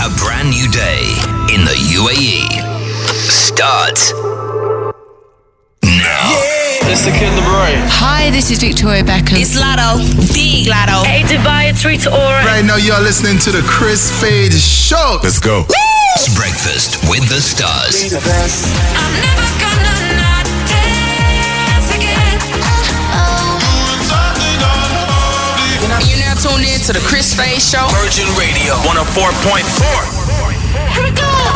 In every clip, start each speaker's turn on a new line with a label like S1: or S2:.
S1: A brand new day in the E. UAE starts now.
S2: It's the Kid LeRoy.
S3: Hi, this is Victoria Beckham.
S4: It's Lotto, the Lotto.
S5: Hey Dubai, it's Rita Ora.
S6: Right now, you're listening to the Chris Fade Show. Let's go.
S1: It's breakfast with the stars.
S4: I'm never gonna not dance again.
S3: You're now tuned in to the Chris Fade Show.
S1: Virgin Radio 104.4.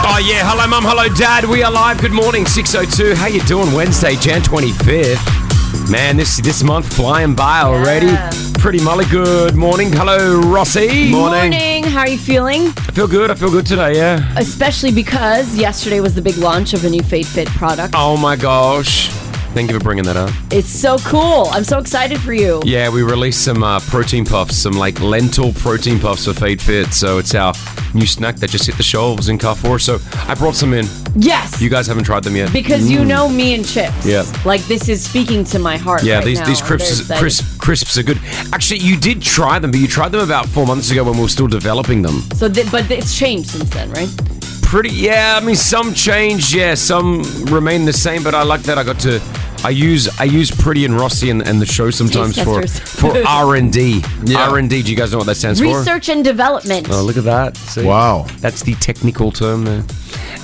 S7: Oh yeah, hello mum, hello dad. We are live. Good morning, 602. How you doing Wednesday, Jan 25th? Man, this this month flying by already. Pretty molly. Good morning. Hello, Rossi.
S8: Morning. How are you feeling?
S7: I feel good. I feel good today, yeah.
S8: Especially because yesterday was the big launch of a new Fade Fit product.
S7: Oh my gosh. Thank you for bringing that up.
S8: It's so cool. I'm so excited for you.
S7: Yeah, we released some uh, protein puffs, some like lentil protein puffs for Fade Fit. So it's our new snack that just hit the shelves in Carrefour. So I brought some in.
S8: Yes.
S7: You guys haven't tried them yet.
S8: because you know me and chips.
S7: Mm. Yeah.
S8: Like this is speaking to my heart.
S7: Yeah,
S8: right
S7: these
S8: now.
S7: these
S8: I'm very
S7: crisps
S8: excited.
S7: crisp, crisps are good. Actually, you did try them, but you tried them about four months ago when we were still developing them.
S8: So, th- but it's changed since then, right?
S7: Pretty, yeah. I mean, some changed, yeah. Some remain the same, but I like that I got to. I use I use Pretty and Rossi and, and the show sometimes for
S8: testers.
S7: for R and D. R and D. Do you guys know what that stands for?
S8: Research and development.
S7: Oh, look at that! See?
S6: Wow.
S7: that's the technical term there.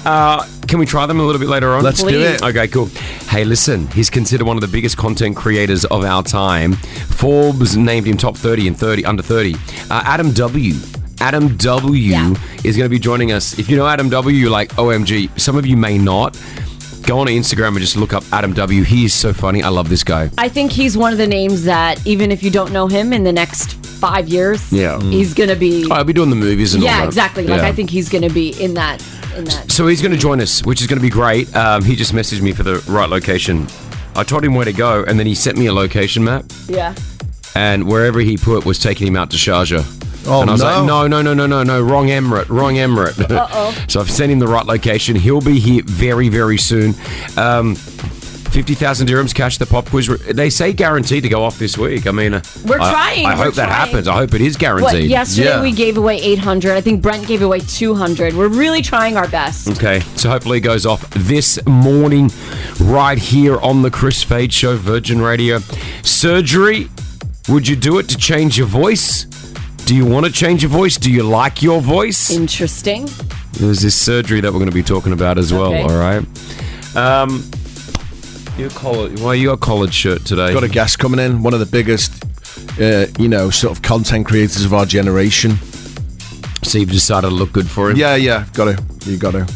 S7: Uh, can we try them a little bit later on?
S6: Let's do Please. it.
S7: Okay, cool. Hey, listen, he's considered one of the biggest content creators of our time. Forbes named him top 30 and 30 under 30. Uh, Adam W. Adam W.
S8: Yeah.
S7: is going to be joining us. If you know Adam W, you're like, OMG. Some of you may not. Go on Instagram and just look up Adam W. He is so funny. I love this guy.
S8: I think he's one of the names that even if you don't know him in the next five years,
S7: Yeah.
S8: he's gonna be.
S7: I'll be doing the movies and all
S8: yeah,
S7: that.
S8: exactly. Like
S7: Yeah.
S8: I think he's gonna be in that. In that.
S7: So he's going to join us, which is going to be great. Um, he just messaged me for the right location. I told him where to go, and then he sent me a location map,
S8: Yeah.
S7: and wherever he put was taking him out to Sharjah.
S6: Oh,
S7: and I was
S6: no.
S7: like, no, no, no, no, no, no, wrong emirate, wrong emirate. Uh-oh. so I've sent him the right location. He'll be here very, very soon. Um, 50,000 dirhams cash, the pop quiz. They say guaranteed to go off this week. I mean, uh,
S8: We're
S7: I-
S8: trying,
S7: I
S8: we're
S7: hope that
S8: trying.
S7: happens. I hope it is guaranteed.
S8: What, yesterday
S6: Yeah.
S8: we gave away 800. I think Brent gave away 200. We're really trying our best.
S7: Okay, so hopefully it goes off this morning, right here on the Chris Fade Show, Virgin Radio. Surgery, would you do it to change your voice? Do you want to change your voice? Do you like your voice?
S8: Interesting.
S7: There's this surgery that we're going to be talking about as well,
S8: Okay.
S7: all right? Um, your collar, why you got a collared shirt today?
S9: Got a guest coming in, one of the biggest, uh, you know, sort of content creators of our generation.
S7: so you've decided to look good for him?
S9: Yeah, yeah, got to, you got to.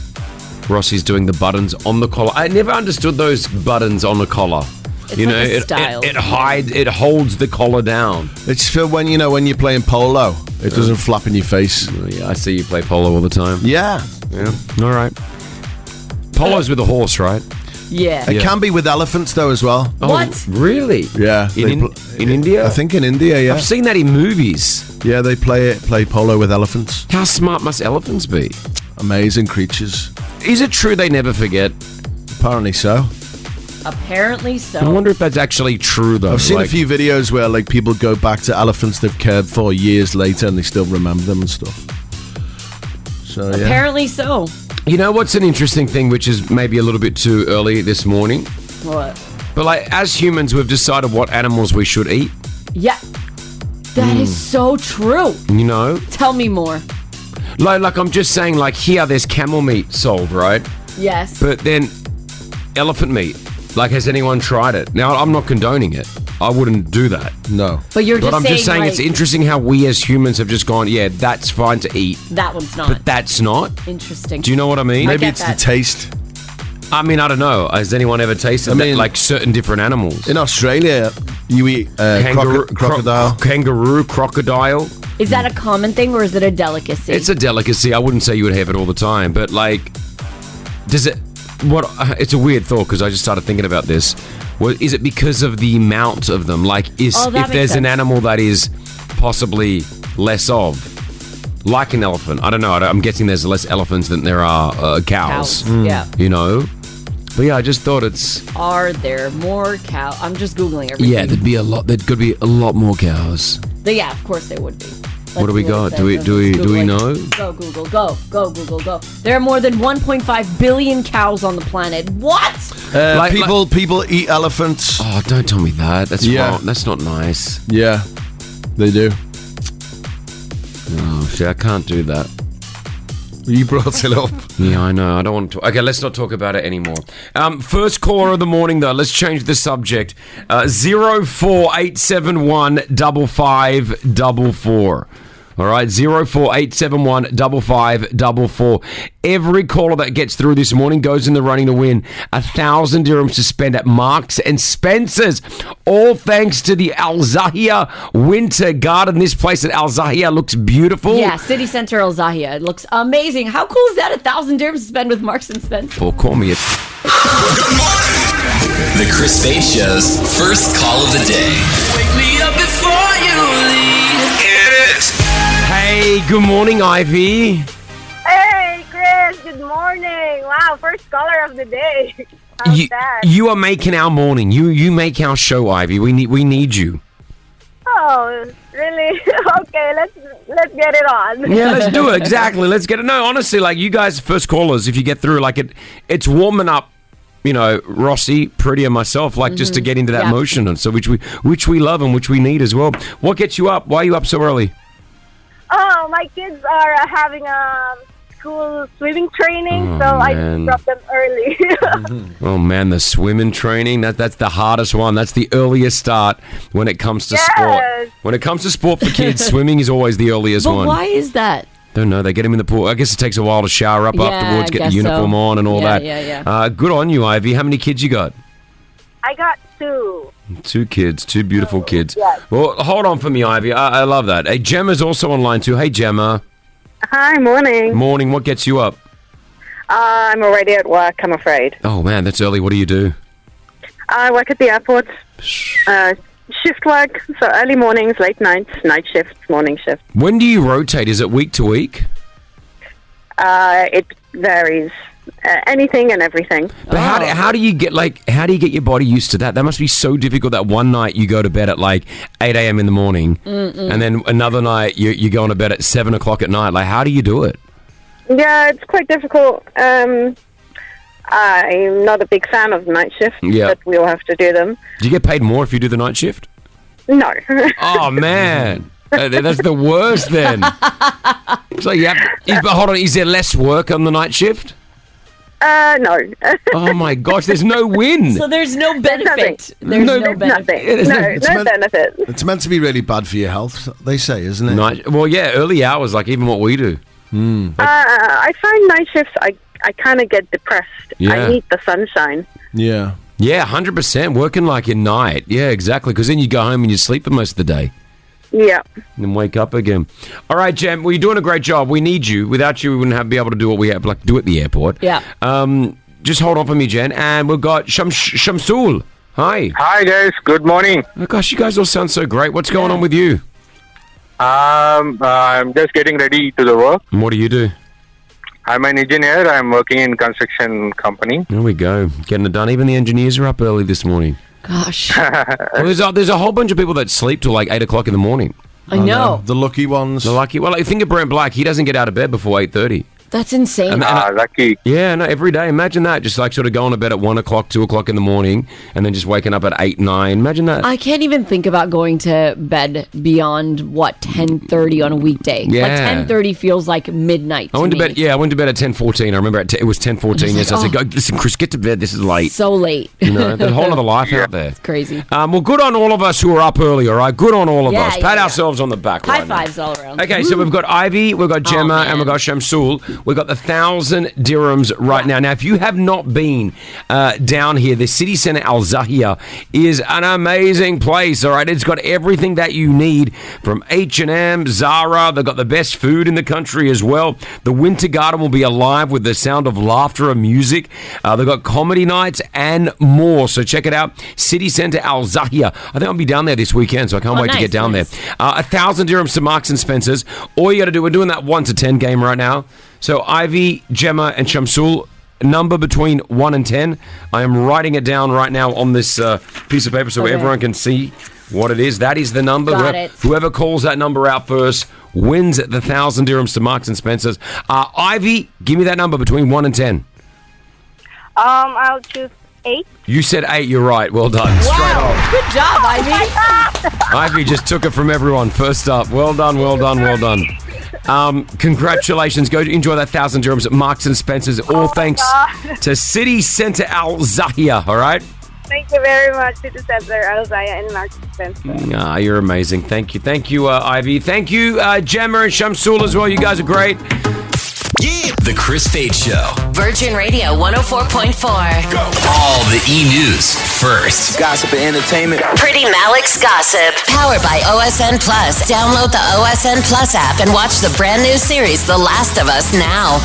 S7: Rossi's doing the buttons on the collar. I never understood those buttons on the collar. you
S8: like
S7: know,
S8: a
S7: it-
S8: style.
S7: it, it hides, it holds the collar down.
S9: It's for when you know when you're playing polo, it doesn't flap in your face.
S7: Yeah, I see you play polo all the time.
S9: Yeah,
S7: Yeah. All right. Polo's with a horse, right?
S8: Yeah. Oh,
S9: it
S7: Yeah.
S9: can be with elephants though as well.
S8: What?
S7: Really?
S9: Yeah,
S7: In,
S9: they
S7: in,
S9: pl-
S7: in India?
S9: I think in India, yeah,
S7: I've seen that in movies.
S9: yeah, they play it, play polo with elephants.
S7: How smart must elephants be?
S9: Amazing creatures.
S7: Is it true they never forget?
S9: Apparently so.
S8: Apparently
S7: I
S8: so.
S7: wonder if that's actually true, though.
S9: I've seen
S7: Like,
S9: a few videos where like people go back to elephants they've cared for years later and they still remember them and stuff. So yeah.
S8: Apparently so.
S7: You know what's an interesting thing, which is maybe a little bit too early this morning?
S8: What?
S7: But, like, as humans, we've decided what animals we should eat,
S8: Yeah. That is
S7: Hmm.
S8: so true.
S7: you know?
S8: Tell me more.
S7: Like, like, I'm just saying, like, here there's camel meat sold, right?
S8: Yes.
S7: But then, elephant meat. Like, has anyone tried it? Now, I'm not condoning it. I wouldn't do that.
S9: No.
S8: But you're
S7: But
S8: just
S7: I'm
S8: saying,
S7: just saying it's
S8: like,
S7: interesting how we as humans have just gone, yeah, that's fine to eat,
S8: that one's not
S7: but that's not.
S8: interesting.
S7: Do you know what I mean?
S8: I
S9: Maybe
S8: get
S9: it's
S8: that.
S9: the taste.
S7: I mean, I don't know. Has anyone ever tasted
S9: I
S7: that,
S9: mean-
S7: like certain different animals?
S9: In Australia, you eat uh,
S7: Kangaroo,
S9: croco-
S7: cro-
S9: crocodile.
S7: kangaroo, crocodile.
S8: is that a common thing or is it a delicacy?
S7: It's a delicacy. I wouldn't say you would have it all the time, but like, does it? What? It's a weird thought because I just started thinking about this. What is it because of the amount of them? Like, is
S8: Oh, that
S7: if there's
S8: makes
S7: an
S8: sense.
S7: animal that is possibly less of, like an elephant? I don't know. I am guessing there's less elephants than there are uh, cows.
S8: cows. Yeah.
S7: You know. But yeah, I just thought it's
S8: Are there more cows? I'm just Googling everything.
S7: yeah. There'd be a lot. There could be a lot more cows.
S8: But yeah, of course they would be.
S7: what do we
S8: see
S7: got?
S8: it
S7: Do we
S8: says.
S7: do we
S8: Let's
S7: do we
S8: Google
S7: know?
S8: it. Go Google, go go Google, go. There are more than 1.5 billion cows on the planet. What?
S9: Uh,
S7: Like-
S9: people, people eat elephants.
S7: Oh, don't tell me that. That's
S9: Yeah.
S7: wrong. That's not nice.
S9: Yeah, they do.
S7: Oh shit, I can't do that.
S9: You brought it up.
S7: Yeah, I know. I don't want to. Okay, let's not talk about it anymore. Um, first caller of the morning, though. Let's change the subject. Uh, zero four eight seven one double five double four. All right, zero four eight seven one double five double four. Every caller that gets through this morning goes in the running to win a thousand dirhams to spend at Marks and Spencers. All thanks to the Al Zahia Winter Garden. This place at Al Zahia looks beautiful.
S8: Yeah, City Center El Zahia. It looks amazing. How cool is that? A thousand dirhams to spend with Marks and Spencer.
S7: Or call me at
S1: The Chris Fade Show's first call of the day.
S3: Me up before you leave.
S1: It is.
S7: Hey, good morning, Ivy.
S10: Hey, Chris. Good morning. Wow, first caller of the day. How's
S7: You,
S10: that?
S7: you are making our morning. You you make our show, Ivy. We need we need you.
S10: oh, really? okay, let's let's get it on.
S7: Yeah, let's do it. Exactly. Let's get it. No, honestly, like you guys, first callers. If you get through, like it, it's warming up. You know, Rossi, Pretty, and myself, like just to get into that
S8: Mm-hmm. Yeah.
S7: motion, and so which we which we love and which we need as well. What gets you up? Why are you up so early?
S10: Oh, my kids are uh, having a school swimming training,
S7: Oh,
S10: so I
S7: man.
S10: just dropped them early.
S7: Oh man, the swimming training that that's the hardest one. That's the earliest start when it comes to
S10: Yes.
S7: sport. When it comes to sport for kids, swimming is always the earliest
S8: But
S7: one.
S8: why is that?
S7: Don't know. They get him in the pool. I guess it takes a while to shower up
S8: Yeah, I
S7: afterwards, get the
S8: guess
S7: uniform
S8: so.
S7: on, and all
S8: Yeah,
S7: that.
S8: yeah, yeah.
S7: Uh, good on you, Ivy. How many kids you got?
S10: I got two.
S7: Two kids, two beautiful kids.
S10: yeah.
S7: Well, hold on for me, Ivy. I, I love that. Hey, Gemma's also online too. Hey, Gemma.
S10: Hi, morning.
S7: Morning. What gets you up?
S10: I'm already at work. I'm afraid.
S7: Oh man, that's early. What do you do?
S10: I work at the airport. Uh, shift work, so early mornings, late nights, night shifts, morning shifts.
S7: When do you rotate? Is it week to week?
S10: Uh, it varies. Uh, anything and everything.
S7: But how,
S8: Oh.
S7: do, how do you get like how do you get your body used to that? That must be so difficult. That one night you go to bed at like eight a.m. in the morning, and then another night you you go on to bed at seven o'clock at night. Like how do you do it?
S10: Yeah, it's quite difficult. Um, I'm not a big fan of night shifts,
S7: Yeah.
S10: but we all have to do them.
S7: Do you get paid more if you do the night shift?
S10: No.
S7: Oh man, Uh, that's the worst. Then, so you have. Is, but hold on, is there less work on the night shift?
S10: uh, no.
S7: Oh my gosh, there's no win.
S8: So there's no benefit.
S10: benefit.
S8: There's
S7: No,
S8: no,
S7: there's
S8: benefit.
S10: Nothing.
S7: It is-
S10: no,
S7: it's
S10: no
S9: meant-
S10: benefit.
S9: It's meant to be really bad for your health, they say, isn't it? Hmm.
S7: Night. Well, yeah, early hours, like even what we do.
S10: Uh, I find night shifts, I, I kind of get depressed.
S7: Yeah.
S10: I need the sunshine.
S9: Yeah.
S7: Yeah, hundred percent working like at night. Yeah, exactly. Because then you go home and you sleep for most of the day.
S10: Yeah.
S7: and then wake up again. All right, Jem, well, you're doing a great job. We need you. Without you, we wouldn't have, be able to do what we have, like do at the airport.
S8: Yeah.
S7: Um, just hold on for me, Jen. And we've got Shams- Shamsul. Hi.
S11: Hi guys, good morning.
S7: Oh, gosh, you guys all sound so great. What's going on with you?
S11: Um, I'm just getting ready to the work.
S7: And what do you do?
S11: I'm an engineer. I'm working in construction company.
S7: There we go. Getting it done. Even the engineers are up early this morning.
S8: Gosh,
S7: Well, there's, a, there's a whole bunch of people that sleep till like 8 o'clock in the morning.
S8: I know.
S9: The lucky ones.
S7: They're lucky. Well, like, think of Brent Black. He doesn't get out of bed before 8.30.
S8: That's insane.
S7: And- and I-
S11: Ah, lucky.
S7: Yeah, no, every day. Imagine that. Just like sort of going to bed at one o'clock, two o'clock in the morning, and then just waking up at eight, nine. Imagine that.
S8: I can't even think about going to bed beyond what 10:30 on a weekday. Like
S7: Yeah.
S8: 10:30 feels like midnight.
S7: I went to
S8: me.
S7: bed. Yeah, I went to bed at ten fourteen. I remember at 10 it was ten fourteen. Yes, I said, "Go, listen, Chris, get to bed. This is late."
S8: So late.
S7: you know, there's a whole other life out there.
S8: Crazy.
S7: Um, well, good on all of us who are up early. All right, good on all of
S8: Yeah,
S7: us.
S8: yeah,
S7: Pat
S8: yeah.
S7: ourselves on the back.
S8: High
S7: right now.
S8: fives all around.
S7: Okay, so we've got Ivy, we've got Gemma,
S8: Oh, man.
S7: and we've got Shamsul. We've got the thousand dirhams right now. Now, if you have not been uh, down here, the city centre Al Zahia is an amazing place. All right, it's got everything that you need from H and M, Zara. They've got the best food in the country as well. The Winter Garden will be alive with the sound of laughter and music. Uh, they've got comedy nights and more. So check it out, city centre Al Zahia. I think I'll be down there this weekend, so I can't
S8: Oh,
S7: wait to
S8: nice,
S7: get down
S8: nice.
S7: there. Uh, a thousand dirhams to Marks and Spencers. All you got to do, we're doing that one to ten game right now. So Ivy, Gemma, and Shamsul, number between one and ten. I am writing it down right now on this uh, piece of paper so
S8: Okay.
S7: everyone can see what it is. That is the number.
S8: Got
S7: Whoever-
S8: it.
S7: Whoever calls that number out first wins the thousand dirhams to Marks and Spencers. Uh, Ivy, give me that number between one and ten.
S12: Um, I'll choose eight.
S7: You said eight. You're right. Well done. Straight off.
S12: Good
S10: Oh,
S12: job, Ivy.
S7: Ivy just took it from everyone. First up, well done, well done, well done. Um, congratulations. Go to enjoy that thousand dirhams at Marks and Spencer's. All thanks
S12: God.
S7: to City Centre Al Zahia. All right.
S12: Thank you very much, City Center, Alzaya, and Mark Spencer.
S7: Ah, you're amazing. Thank you, thank you, uh, Ivy. Thank you, uh, Gemma and Shamsul as well. You guys are great. Yeah.
S1: The Chris Fade Show.
S13: Virgin Radio 104.4.
S1: All the e news first. Gossip and entertainment.
S13: Pretty Malik's Gossip. Powered by OSN Plus. Download the OSN Plus app and watch the brand new series, The Last of Us, now.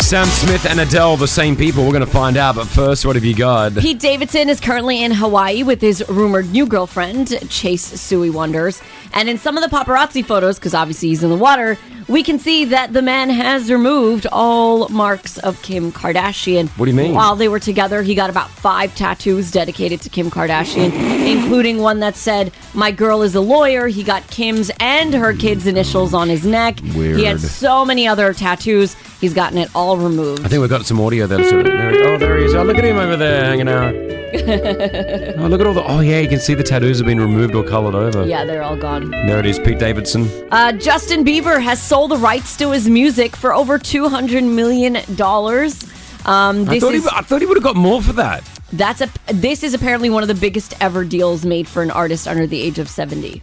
S7: Sam Smith and Adele, the same people. We're going to find out. But first, what have you got?
S8: Pete Davidson is currently in Hawaii with his rumored new girlfriend, Chase Suey Wonders. And in some of the paparazzi photos, because obviously he's in the water, we can see that the man has removed all marks of Kim Kardashian.
S7: What do you mean?
S8: While they were together, he got about five tattoos dedicated to Kim Kardashian, including one that said, My girl is a lawyer. He got Kim's and her kids' initials on his neck. He had
S7: Weird.
S8: so many other tattoos, he's gotten it all removed.
S7: I think we've got some audio there. So- there he- Oh, there he is. Oh, look at him over there hanging out. Oh, look at all the. Oh, yeah, you can see the tattoos have been removed or coloured over.
S8: yeah, they're all gone.
S7: There it is, Pete Davidson.
S8: Uh, Justin Bieber has sold the rights to his music for over two hundred million dollars. Um,
S7: I
S8: this
S7: thought,
S8: is
S7: he, I thought he would have got more for that.
S8: that's a this is apparently one of the biggest ever deals made for an artist under the age of seventy.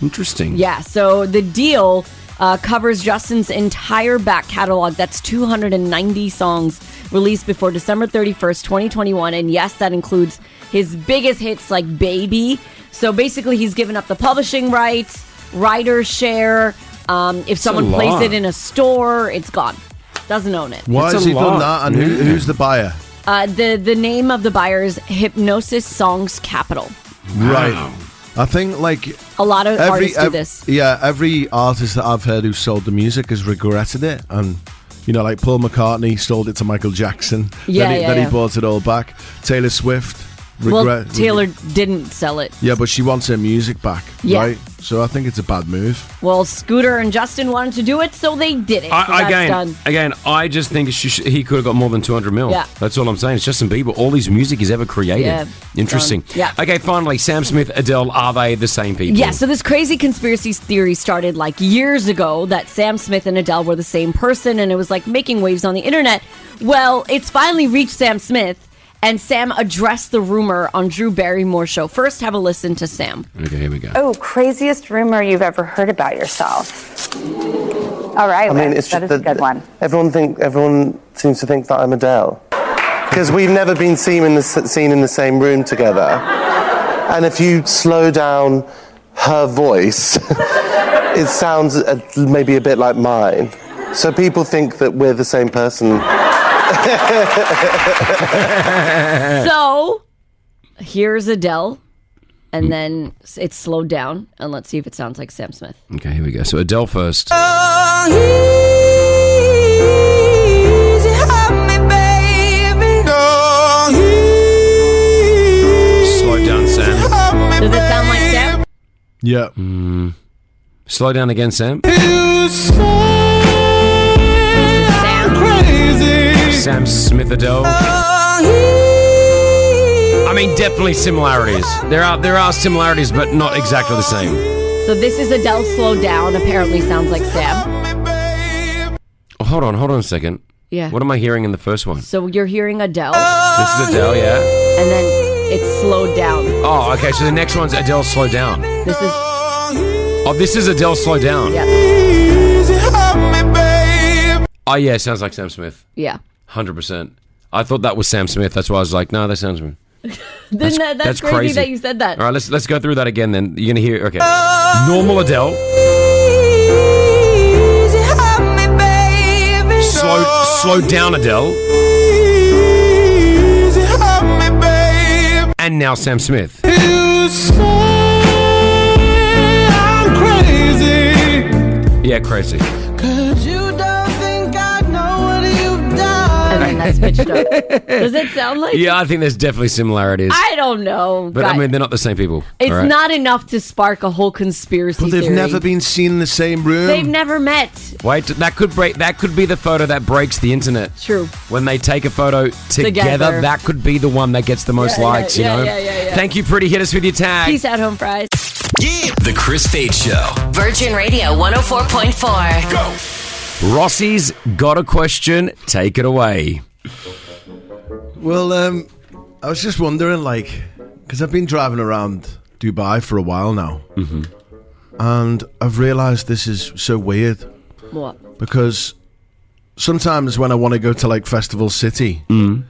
S7: Interesting.
S8: Yeah, so the deal uh, covers Justin's entire back catalog. That's 290 songs released before December 31st, 2021. And yes, that includes his biggest hits like Baby. So basically, he's given up the publishing rights, writer share. Um, if someone plays
S9: lot.
S8: it in a store, it's gone. Doesn't own it.
S9: Why has he done that? And who,
S7: yeah.
S9: who's the buyer?
S8: Uh, the the name of the buyer is Hypnosis Songs Capital.
S9: Right. I think like
S8: A lot of artists do
S9: ev-
S8: this.
S9: Yeah, every artist that I've heard who sold the music has regretted it, and you know, like Paul McCartney sold it to Michael Jackson.
S8: Yeah,
S9: then he,
S8: yeah,
S9: then
S8: yeah.
S9: he bought it all back. Taylor Swift regret.
S8: well, Taylor didn't sell it.
S9: yeah, but she wants her music back,
S8: Yeah.
S9: right? So I think it's a bad move.
S8: Well, Scooter and Justin wanted to do it, so they did it. so
S7: I,
S8: that's
S7: again,
S8: done.
S7: again, I just think she sh- he could have got more than 200 mil.
S8: Yeah.
S7: That's all I'm saying. It's Justin Bieber, all his music he's ever created.
S8: Yeah,
S7: Interesting.
S8: done. Yeah.
S7: Okay, finally, Sam Smith, Adele, are they the same people?
S8: Yeah, so this crazy conspiracy theory started like years ago that Sam Smith and Adele were the same person, and it was like making waves on the internet. Well, it's finally reached Sam Smith, and Sam addressed the rumor on Drew Barrymore show. First, have a listen to Sam.
S7: Okay, here we go.
S14: Oh, craziest rumor you've ever heard about yourself. All right,
S15: I mean,
S14: Wes,
S15: it's
S14: that
S15: just
S14: is
S15: that
S14: a good one.
S15: Everyone think everyone seems to think that I'm Adele because we've never been seen in the s- seen in the same room together. And if you slow down her voice, it sounds a, maybe a bit like mine. So people think that we're the same person.
S7: Eh.
S8: So here's Adele, and then it's slowed down, and let's see if it sounds like Sam Smith.
S7: Okay, here we go. So Adele first. Slow down, Sam.
S8: Does it sound like Sam?
S7: Yeah. Hmm. Slow down again, Sam. Sam Smith Adele. I mean, definitely similarities. There are there are similarities, but not exactly the same.
S8: So this is Adele slowed down. Apparently, sounds like Sam.
S7: Oh, hold on, hold on a second.
S8: Yeah.
S7: What am I hearing in the first one?
S8: So you're hearing Adele,
S7: This is Adele, yeah.
S8: and then it's slowed down.
S7: Oh, okay. So the next one's Adele slow down.
S8: This is
S7: Oh, this is Adele slow down. Oh yeah, sounds like Sam Smith.
S8: yeah.
S7: Hundred percent. I thought that was Sam Smith. That's why I was like, no, that sounds. All
S8: Then
S7: That's-
S8: that, that's,
S7: that's
S8: crazy,
S7: crazy.
S8: that you said that.
S7: right, let's let's go through that again. Then you're gonna hear. Okay, normal Adele. Slow slow down Adele. And now Sam Smith. Yeah, crazy.
S4: Cause you don't think I know what you've done.
S7: Hey,
S8: that's bitched up. Does it sound like?
S7: yeah, I think there's definitely similarities.
S8: I don't know.
S7: but I
S8: guys.
S7: mean, they're not the same people.
S8: it's
S7: all right?
S8: not enough to spark a whole conspiracy.
S9: But they've
S8: theory.
S9: never been seen in the same room.
S8: They've never met.
S7: Wait, that could break. That could be the photo that breaks the internet.
S8: True.
S7: When they take a photo together,
S8: Together.
S7: that could be the one that gets the most
S8: Yeah, yeah,
S7: likes.
S8: yeah,
S7: you know.
S8: yeah, yeah, yeah.
S7: Thank you, pretty. Hit us with your tag.
S8: Peace out, home fries.
S1: The Chris Fade Show.
S13: Virgin Radio 104.4. Go.
S7: Rossi's got a question. Take it away.
S9: Well, um, I was just wondering, like, because I've been driving around Dubai for a while now, mm-hmm. and I've realised this is so weird
S8: What?
S9: because sometimes when I want to go to like Festival City, you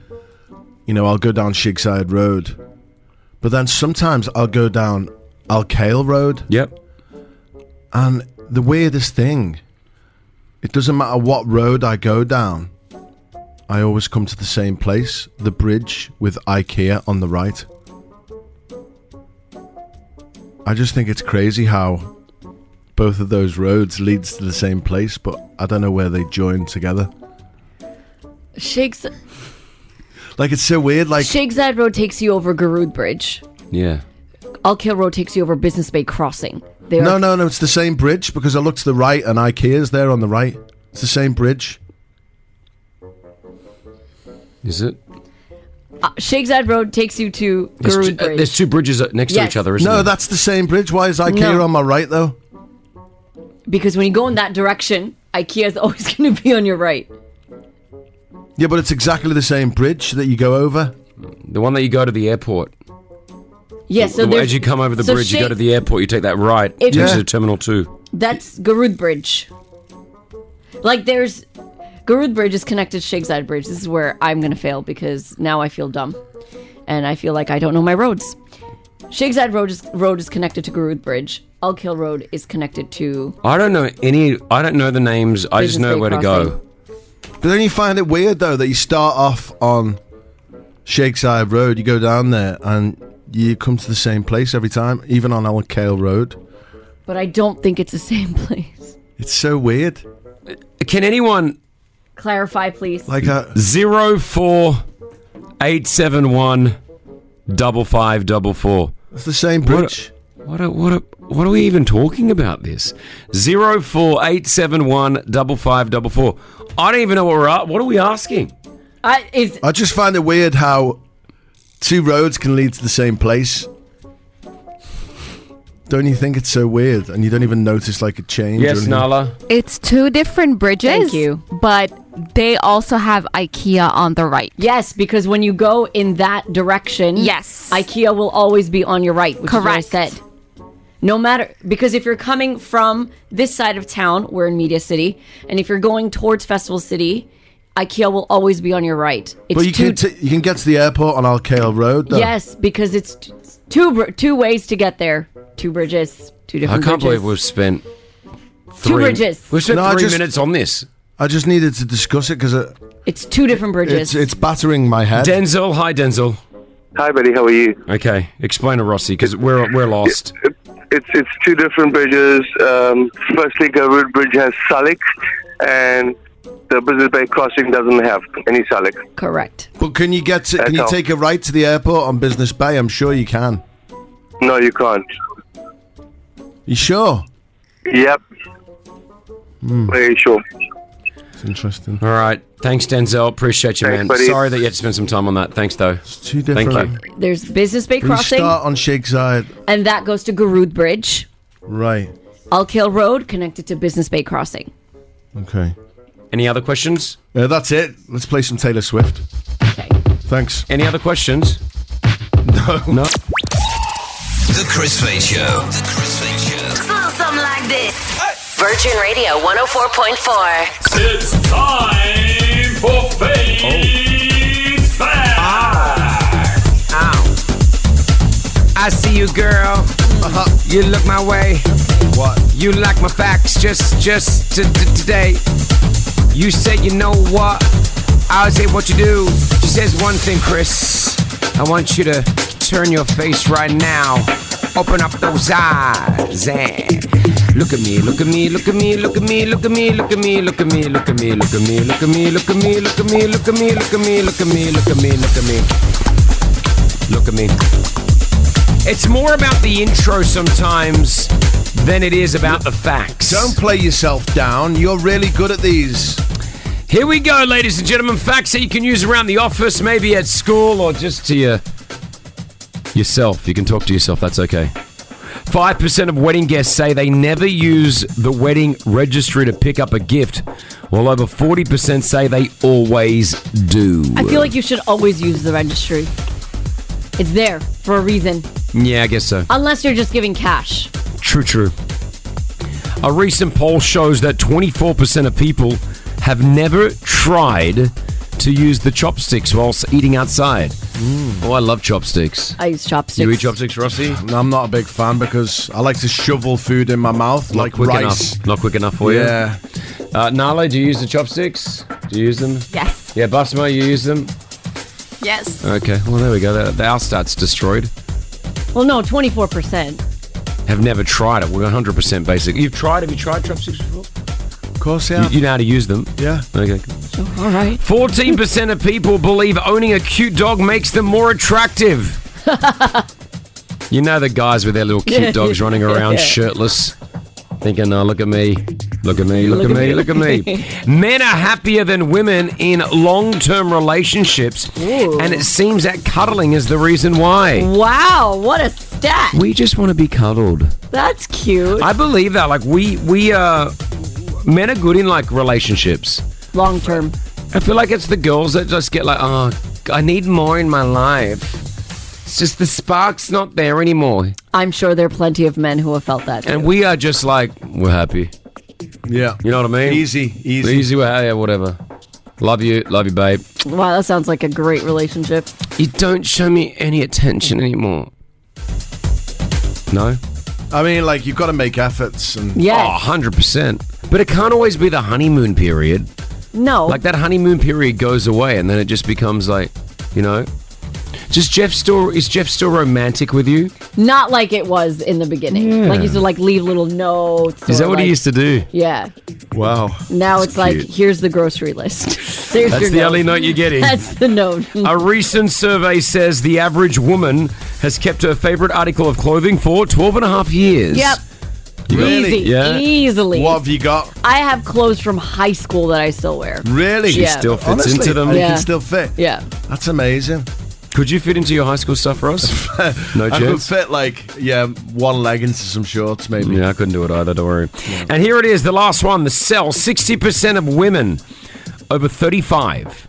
S9: know, I'll go down Shigside Road, but then sometimes I'll go down Al Kale Road.
S7: Yep.
S9: And the weirdest thing, it doesn't matter what road I go down, I always come to the same place, the bridge with IKEA on the right. I just think it's crazy how both of those roads leads to the same place, but I don't know where they join together.
S8: Shakes
S9: Like it's so weird. Like
S8: Shigside Road takes you over Garud Bridge.
S7: Yeah.
S8: Alkill Road takes you over Business Bay Crossing. They are
S9: No, no, no. It's the same bridge because I look to the right and IKEA's there on the right. It's the same bridge.
S7: Is it?
S8: Uh, Shigside Road takes you to
S7: There's
S8: Garud
S7: two, uh,
S8: Bridge.
S7: there's two bridges uh, next to
S8: Yes.
S7: each other, isn't
S9: no,
S7: there?
S9: that's the same bridge. Why is IKEA
S8: No.
S9: on my right though?
S8: because when you go in that direction, IKEA's always going to be on your right.
S9: Yeah, but it's exactly the same bridge that you go over.
S7: The one that you go to the airport.
S8: Yeah, so
S7: The-
S8: there's-
S7: as you come over the
S8: so
S7: bridge, you
S8: Shig-
S7: go to the airport. You take that right.
S8: If-
S7: It takes
S8: Yeah.
S7: you to Terminal Two.
S8: That's Garud Bridge. Like there's Garud Bridge is connected to Shigside Bridge. This is where I'm gonna fail because now I feel dumb. And I feel like I don't know my roads. Shigside Road is road is connected to Garud Bridge. Elkhill Road is connected to
S7: I don't know any. I don't know the names. I just
S8: Business
S7: know
S8: Bay
S7: where to
S8: Crossing.
S7: go.
S9: But don't you find it weird though that you start off on Shakeside Road, you go down there, and you come to the same place every time, even on Old Kale Road.
S8: but I don't think it's the same place.
S9: It's so weird.
S7: Can anyone
S8: Clarify please.
S9: like uh, a
S7: zero four eight seven one double five double four?
S9: It's the same bridge.
S7: What a, what a, what are we even talking about this? Zero four eight seven one double five double four. I don't even know what we're at. What are we asking?
S8: I is
S9: I just find it weird how two roads can lead to the same place. Don't you think it's so weird? And you don't even notice like a change. or anything?
S16: It's two different bridges.
S8: Thank you.
S16: But they also have IKEA on the right.
S8: Yes, because when you go in that direction,
S16: Yes.
S8: IKEA will always be on your right. Which Is
S16: Correct.
S8: what I said. No matter because if you're coming from this side of town, we're in Media City, and if you're going towards Festival City, IKEA will always be on your right. It's
S9: but you
S8: two
S9: can t- you can get to the airport on Alcale Road. Though.
S8: yes, because it's t- two br- two ways to get there, two bridges, two
S7: I
S8: different.
S7: can't
S8: bridges.
S7: believe we've spent
S8: Two
S7: three,
S8: bridges.
S7: We've spent
S9: No, I
S7: three
S9: just-
S7: minutes on this.
S9: I just needed to discuss it because
S8: it's two different
S9: it's
S8: bridges.
S9: it's battering my head.
S7: Denzel, hi Denzel.
S11: Hi, buddy. How are you? uh,
S7: Okay, explain to Rossi because we're we're lost.
S11: It's it's two different bridges. Um, firstly, Garud Bridge has Salik, and the Business Bay Crossing doesn't have any Salik.
S8: Correct.
S9: But can you get to,
S11: That's
S9: can you
S11: all.
S9: take a right to the airport on Business Bay? I'm sure you can.
S11: No, you can't.
S9: You sure?
S11: Yep. Very sure.
S9: It's interesting.
S7: All right, thanks Denzel. Appreciate you,
S9: Thanks,
S7: man.
S9: buddy.
S7: Sorry that you had to spend some time on that. Thanks though. It's
S9: too
S7: Thank you.
S9: different.
S8: There's Business Bay
S9: Can you
S8: Crossing,
S9: start on Shakeside,
S8: and that goes to Garud Bridge,
S9: right?
S8: Alkill Road, connected to Business Bay Crossing.
S9: Okay.
S7: Any other questions?
S9: Uh, that's it. Let's play some Taylor Swift. Thanks.
S7: Any other questions?
S9: No.
S7: No.
S1: The Chris Fade Show. The Chris Fade Show.
S13: Something like this. Virgin Radio 104.4.
S4: It's time for Fade's
S17: I see you, girl.
S7: Uh-huh.
S17: You look my way. What? You like my facts just just t- t- today. You said you know what? I'll say what you do. She says one thing, Chris. I want you to turn your face right now. Open up those eyes and
S7: Look at me, look at me, look at me, look at me, look at me, look at me, look at me, look at me, look at me, look at me, look at me, look at me, look at me, look at me, look at me, look at me, look at me. Look at me. It's more about the intro sometimes than it is about the facts.
S9: Don't play yourself down. You're really good at these.
S7: Here we go, ladies and gentlemen. Facts that you can use around the office, maybe at school, or just to your yourself. You can talk to yourself. That's okay. Five percent of wedding guests say they never use the wedding registry to pick up a gift, while over forty percent say they always do.
S8: I feel like you should always use the registry. It's there for a reason.
S7: Yeah, I guess so.
S8: Unless you're just giving cash.
S7: True, true. A recent poll shows that 24% of people have never tried to use the chopsticks whilst eating outside. Oh, I love chopsticks.
S8: I use chopsticks.
S7: You eat chopsticks, Rossi?
S9: I'm not a big fan because I like to shovel food in my mouth
S7: Not
S9: like
S7: quick
S9: rice.
S7: enough. Not quick enough for
S9: Yeah.
S7: you. Uh, Nala, do you use the chopsticks? Do you use them?
S18: Yes.
S7: Yeah, Basma, you use them?
S18: Yes.
S7: Okay. Well, there we go. That, that- our stat's destroyed.
S8: Well, no, 24%.
S7: Have never tried it. Well, 100% basic. You've tried. Have you tried chopsticks before?
S9: Of course,
S7: You,
S9: yeah.
S7: you know how to use them.
S9: Yeah.
S7: Okay.
S8: all right.
S7: 14% of people believe owning a cute dog makes them more attractive. you know the guys with their little
S19: Yeah.
S7: cute dogs running around shirtless, thinking, oh, look at me, look at me, look, at me, look at me. Men are happier than women in long term relationships, and it seems that cuddling is the reason why.
S8: Wow, what a stat.
S7: We just want to be cuddled.
S8: That's cute.
S7: I believe that. Like, we, we, uh, men are good in like relationships.
S8: Long term.
S7: I feel like it's the girls that just get like, oh, I need more in my life. It's just the spark's not there anymore.
S8: I'm sure there are plenty of men who have felt that.
S7: And we are just like, we're happy.
S9: Yeah.
S7: You know what I mean?
S9: Easy, easy.
S7: Easy, we're happy, yeah, whatever. Love you, love you, babe.
S8: Wow, that sounds like a great relationship.
S7: You don't show me any attention anymore. No?
S9: I mean, like you've got to make efforts and
S7: Oh, 100%. But it can't always be the honeymoon period.
S8: No.
S7: Like that honeymoon period goes away and then it just becomes like, you know? Just Jeff still is Jeff still romantic with you?
S8: Not like it was in the beginning.
S7: Yeah.
S8: Like you used to like leave little notes.
S7: Is
S8: or,
S7: that what he
S8: like-
S7: used to do?
S8: Yeah.
S7: Wow.
S8: Now it's like
S7: cute.
S8: here's the grocery list. There's
S7: That's
S8: your
S7: the
S8: note.
S7: only note you're getting.
S8: That's the note.
S7: A recent survey says the average woman has kept her favorite article of clothing for 12 and a half years.
S8: Yep.
S7: You got-
S8: Easy.
S7: Yeah.
S8: Easily.
S9: What have you got?
S8: I have clothes from high school that I still wear.
S9: Really?
S8: She Yeah. still fits
S9: Honestly,
S7: into them.
S9: You
S8: Yeah.
S9: can still fit.
S8: Yeah.
S9: That's amazing.
S7: Could you fit into your high school stuff, Ross? no
S9: I could
S7: chance.
S9: fit like yeah, one leg into some shorts maybe.
S7: Yeah, I couldn't do it either, don't worry. And here it is, the last one, the cell. 60% of women over 35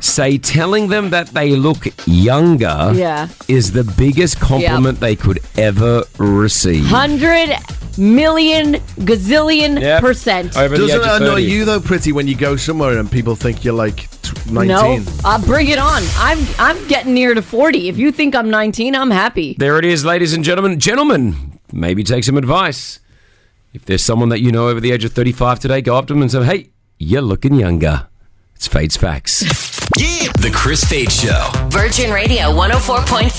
S7: say telling them that they look younger
S8: Yeah.
S7: is the biggest compliment they could ever receive.
S8: Hundred million gazillion
S7: Yep.
S8: percent.
S9: Doesn't it annoy you though, pretty, when you go somewhere and people think you're like tw- 19?
S8: No, uh, bring it on. I'm I'm getting near to forty. If you think I'm nineteen, I'm happy.
S7: There it is, ladies and gentlemen. Gentlemen, maybe take some advice. If there's someone that you know over the age of 35 today, go up to them and say, hey, you're looking younger. It's Fade's Facts.
S20: Yeah. The Chris Fade Show.
S13: Virgin Radio 104.4.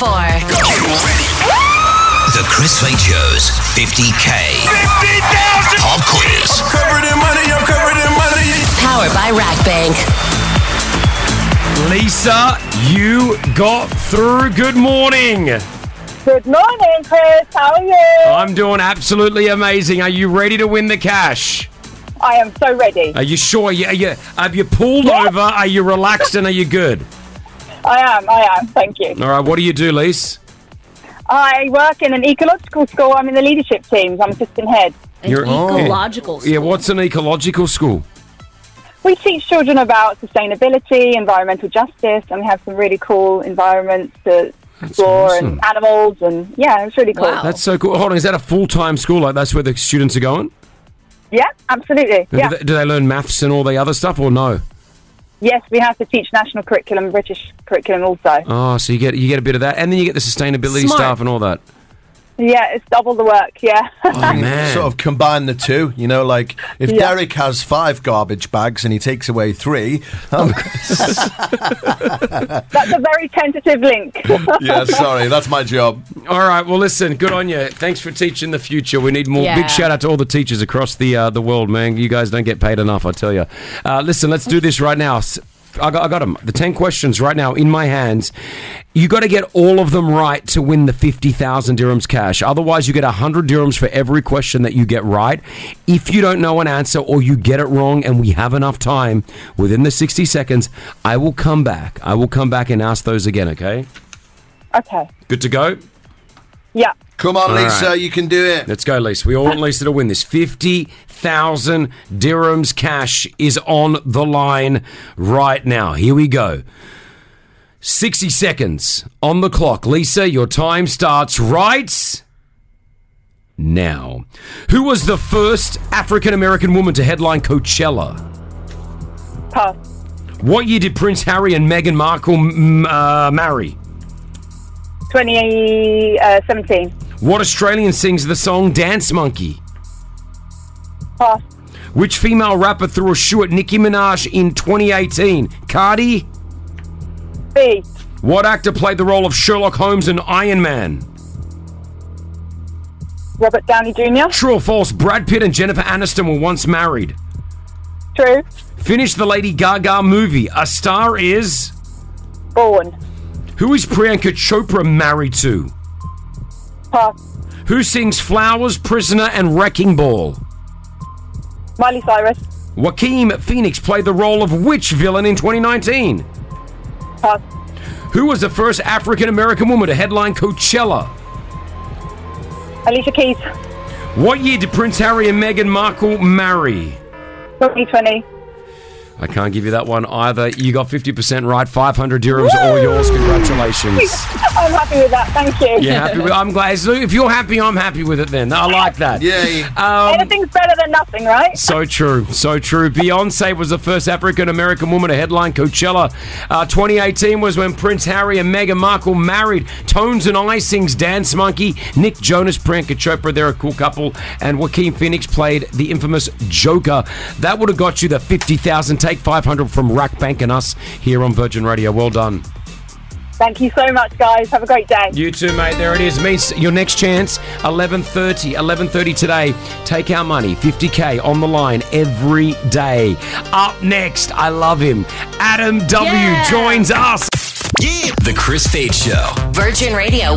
S20: The Chris Fade Show's 50K. 50,000. Pop quiz. I'm covered in money. I'm covered in money.
S13: Powered by Rack Bank.
S7: Lisa, you got through. Good morning.
S21: Good morning, Chris. How are you?
S7: I'm doing absolutely amazing. Are you ready to win the cash?
S21: I am so ready.
S7: Are you sure? Are you, are you- have you pulled over? Are you relaxed and are you good?
S21: I am. I am. Thank you.
S7: All right, what do you do, Lise?
S21: I work in an ecological school. I'm in the leadership teams. I'm assistant head.
S7: Yeah, what's an ecological school?
S21: We teach children about sustainability, environmental justice, and we have some really cool environments to explore
S7: awesome.
S21: and animals. And yeah, it's really cool.
S7: That's so cool. Hold on, is that a full time school? Like that's where the students are going?
S21: Yeah, absolutely.
S7: And
S21: Yeah.
S7: Do, they, do they learn maths and all the other stuff, or no?
S21: Yes, we have to teach national curriculum, British curriculum also.
S7: Ah, Oh, so you get you get a bit of that, and then you get the sustainability
S21: Smart.
S7: stuff and all that.
S21: Yeah, it's double the work. Yeah.
S7: Oh,
S9: Sort of combine the two, you know, like if
S21: Yeah.
S9: Derek has five garbage bags and he takes away three. Um,
S21: That's a very tentative link.
S9: yeah, sorry, that's my job.
S7: All right. Well, listen. Good on you. Thanks for teaching the future. We need more.
S21: Yeah.
S7: Big shout out to all the teachers across the uh, the world, man. You guys don't get paid enough, I tell you. Uh, listen, let's do this right now. S- I got, I got 'em. The ten questions right now in my hands. You got to get all of them right to win the fifty thousand dirhams cash. Otherwise, you get hundred dirhams for every question that you get right. If you don't know an answer or you get it wrong, and we have enough time within the sixty seconds, I will come back. I will come back and ask those again. Okay.
S21: okay.
S7: Good to go.
S21: Yeah.
S9: Come on,
S7: All
S9: Lisa,
S7: right.
S9: you can do it.
S7: Let's go, Lisa. We all want Lisa to win this. 50,000 dirhams cash is on the line right now. Here we go. 60 seconds on the clock. Lisa, your time starts right now. Who was the first African American woman to headline Coachella?
S21: Pass.
S7: What year did Prince Harry and Meghan Markle mm, uh, marry?
S21: uh, 2017.
S7: What Australian sings the song Dance Monkey?
S21: Pass.
S7: Which female rapper threw a shoe at Nicki Minaj in 2018? Cardi?
S21: B.
S7: What actor played the role of Sherlock Holmes in Iron Man?
S21: Robert Downey Jr.
S7: True or false, Brad Pitt and Jennifer Aniston were once married.
S21: True.
S7: Finish the Lady Gaga movie. A star is.
S21: Born.
S7: Who is Priyanka Chopra married to?
S21: Pass.
S7: Who sings Flowers, Prisoner, and Wrecking Ball?
S21: Miley Cyrus.
S7: Joaquin Phoenix played the role of which villain in 2019?
S21: Pass.
S7: Who was the first African American woman to headline Coachella?
S21: Alicia Keys.
S7: What year did Prince Harry and Meghan Markle marry?
S21: 2020.
S7: I can't give you that one either. You got 50% right, 500 euros, all yours. Congratulations.
S21: I'm happy with that. Thank you.
S7: Yeah, happy with, I'm glad. So if you're happy, I'm happy with it then. I like that.
S9: Yay.
S8: Um,
S21: Anything's better than nothing, right?
S7: So true, so true. Beyonce was the first African American woman to headline Coachella. Uh, 2018 was when Prince Harry and Meghan Markle married. Tones and I sings Dance Monkey. Nick Jonas, Priyanka Chopra, they're a cool couple. And Joaquin Phoenix played the infamous Joker. That would have got you the 50,000. Take 500 from Rack Bank and us here on Virgin Radio. Well done.
S21: Thank you so much, guys. Have a great day.
S7: You too, mate. There it is. Means your next chance, 11.30. 11.30 today. Take our money, 50K on the line every day. Up next, I love him. Adam W. joins us.
S1: Yeah. The Chris Fade Show.
S13: Virgin Radio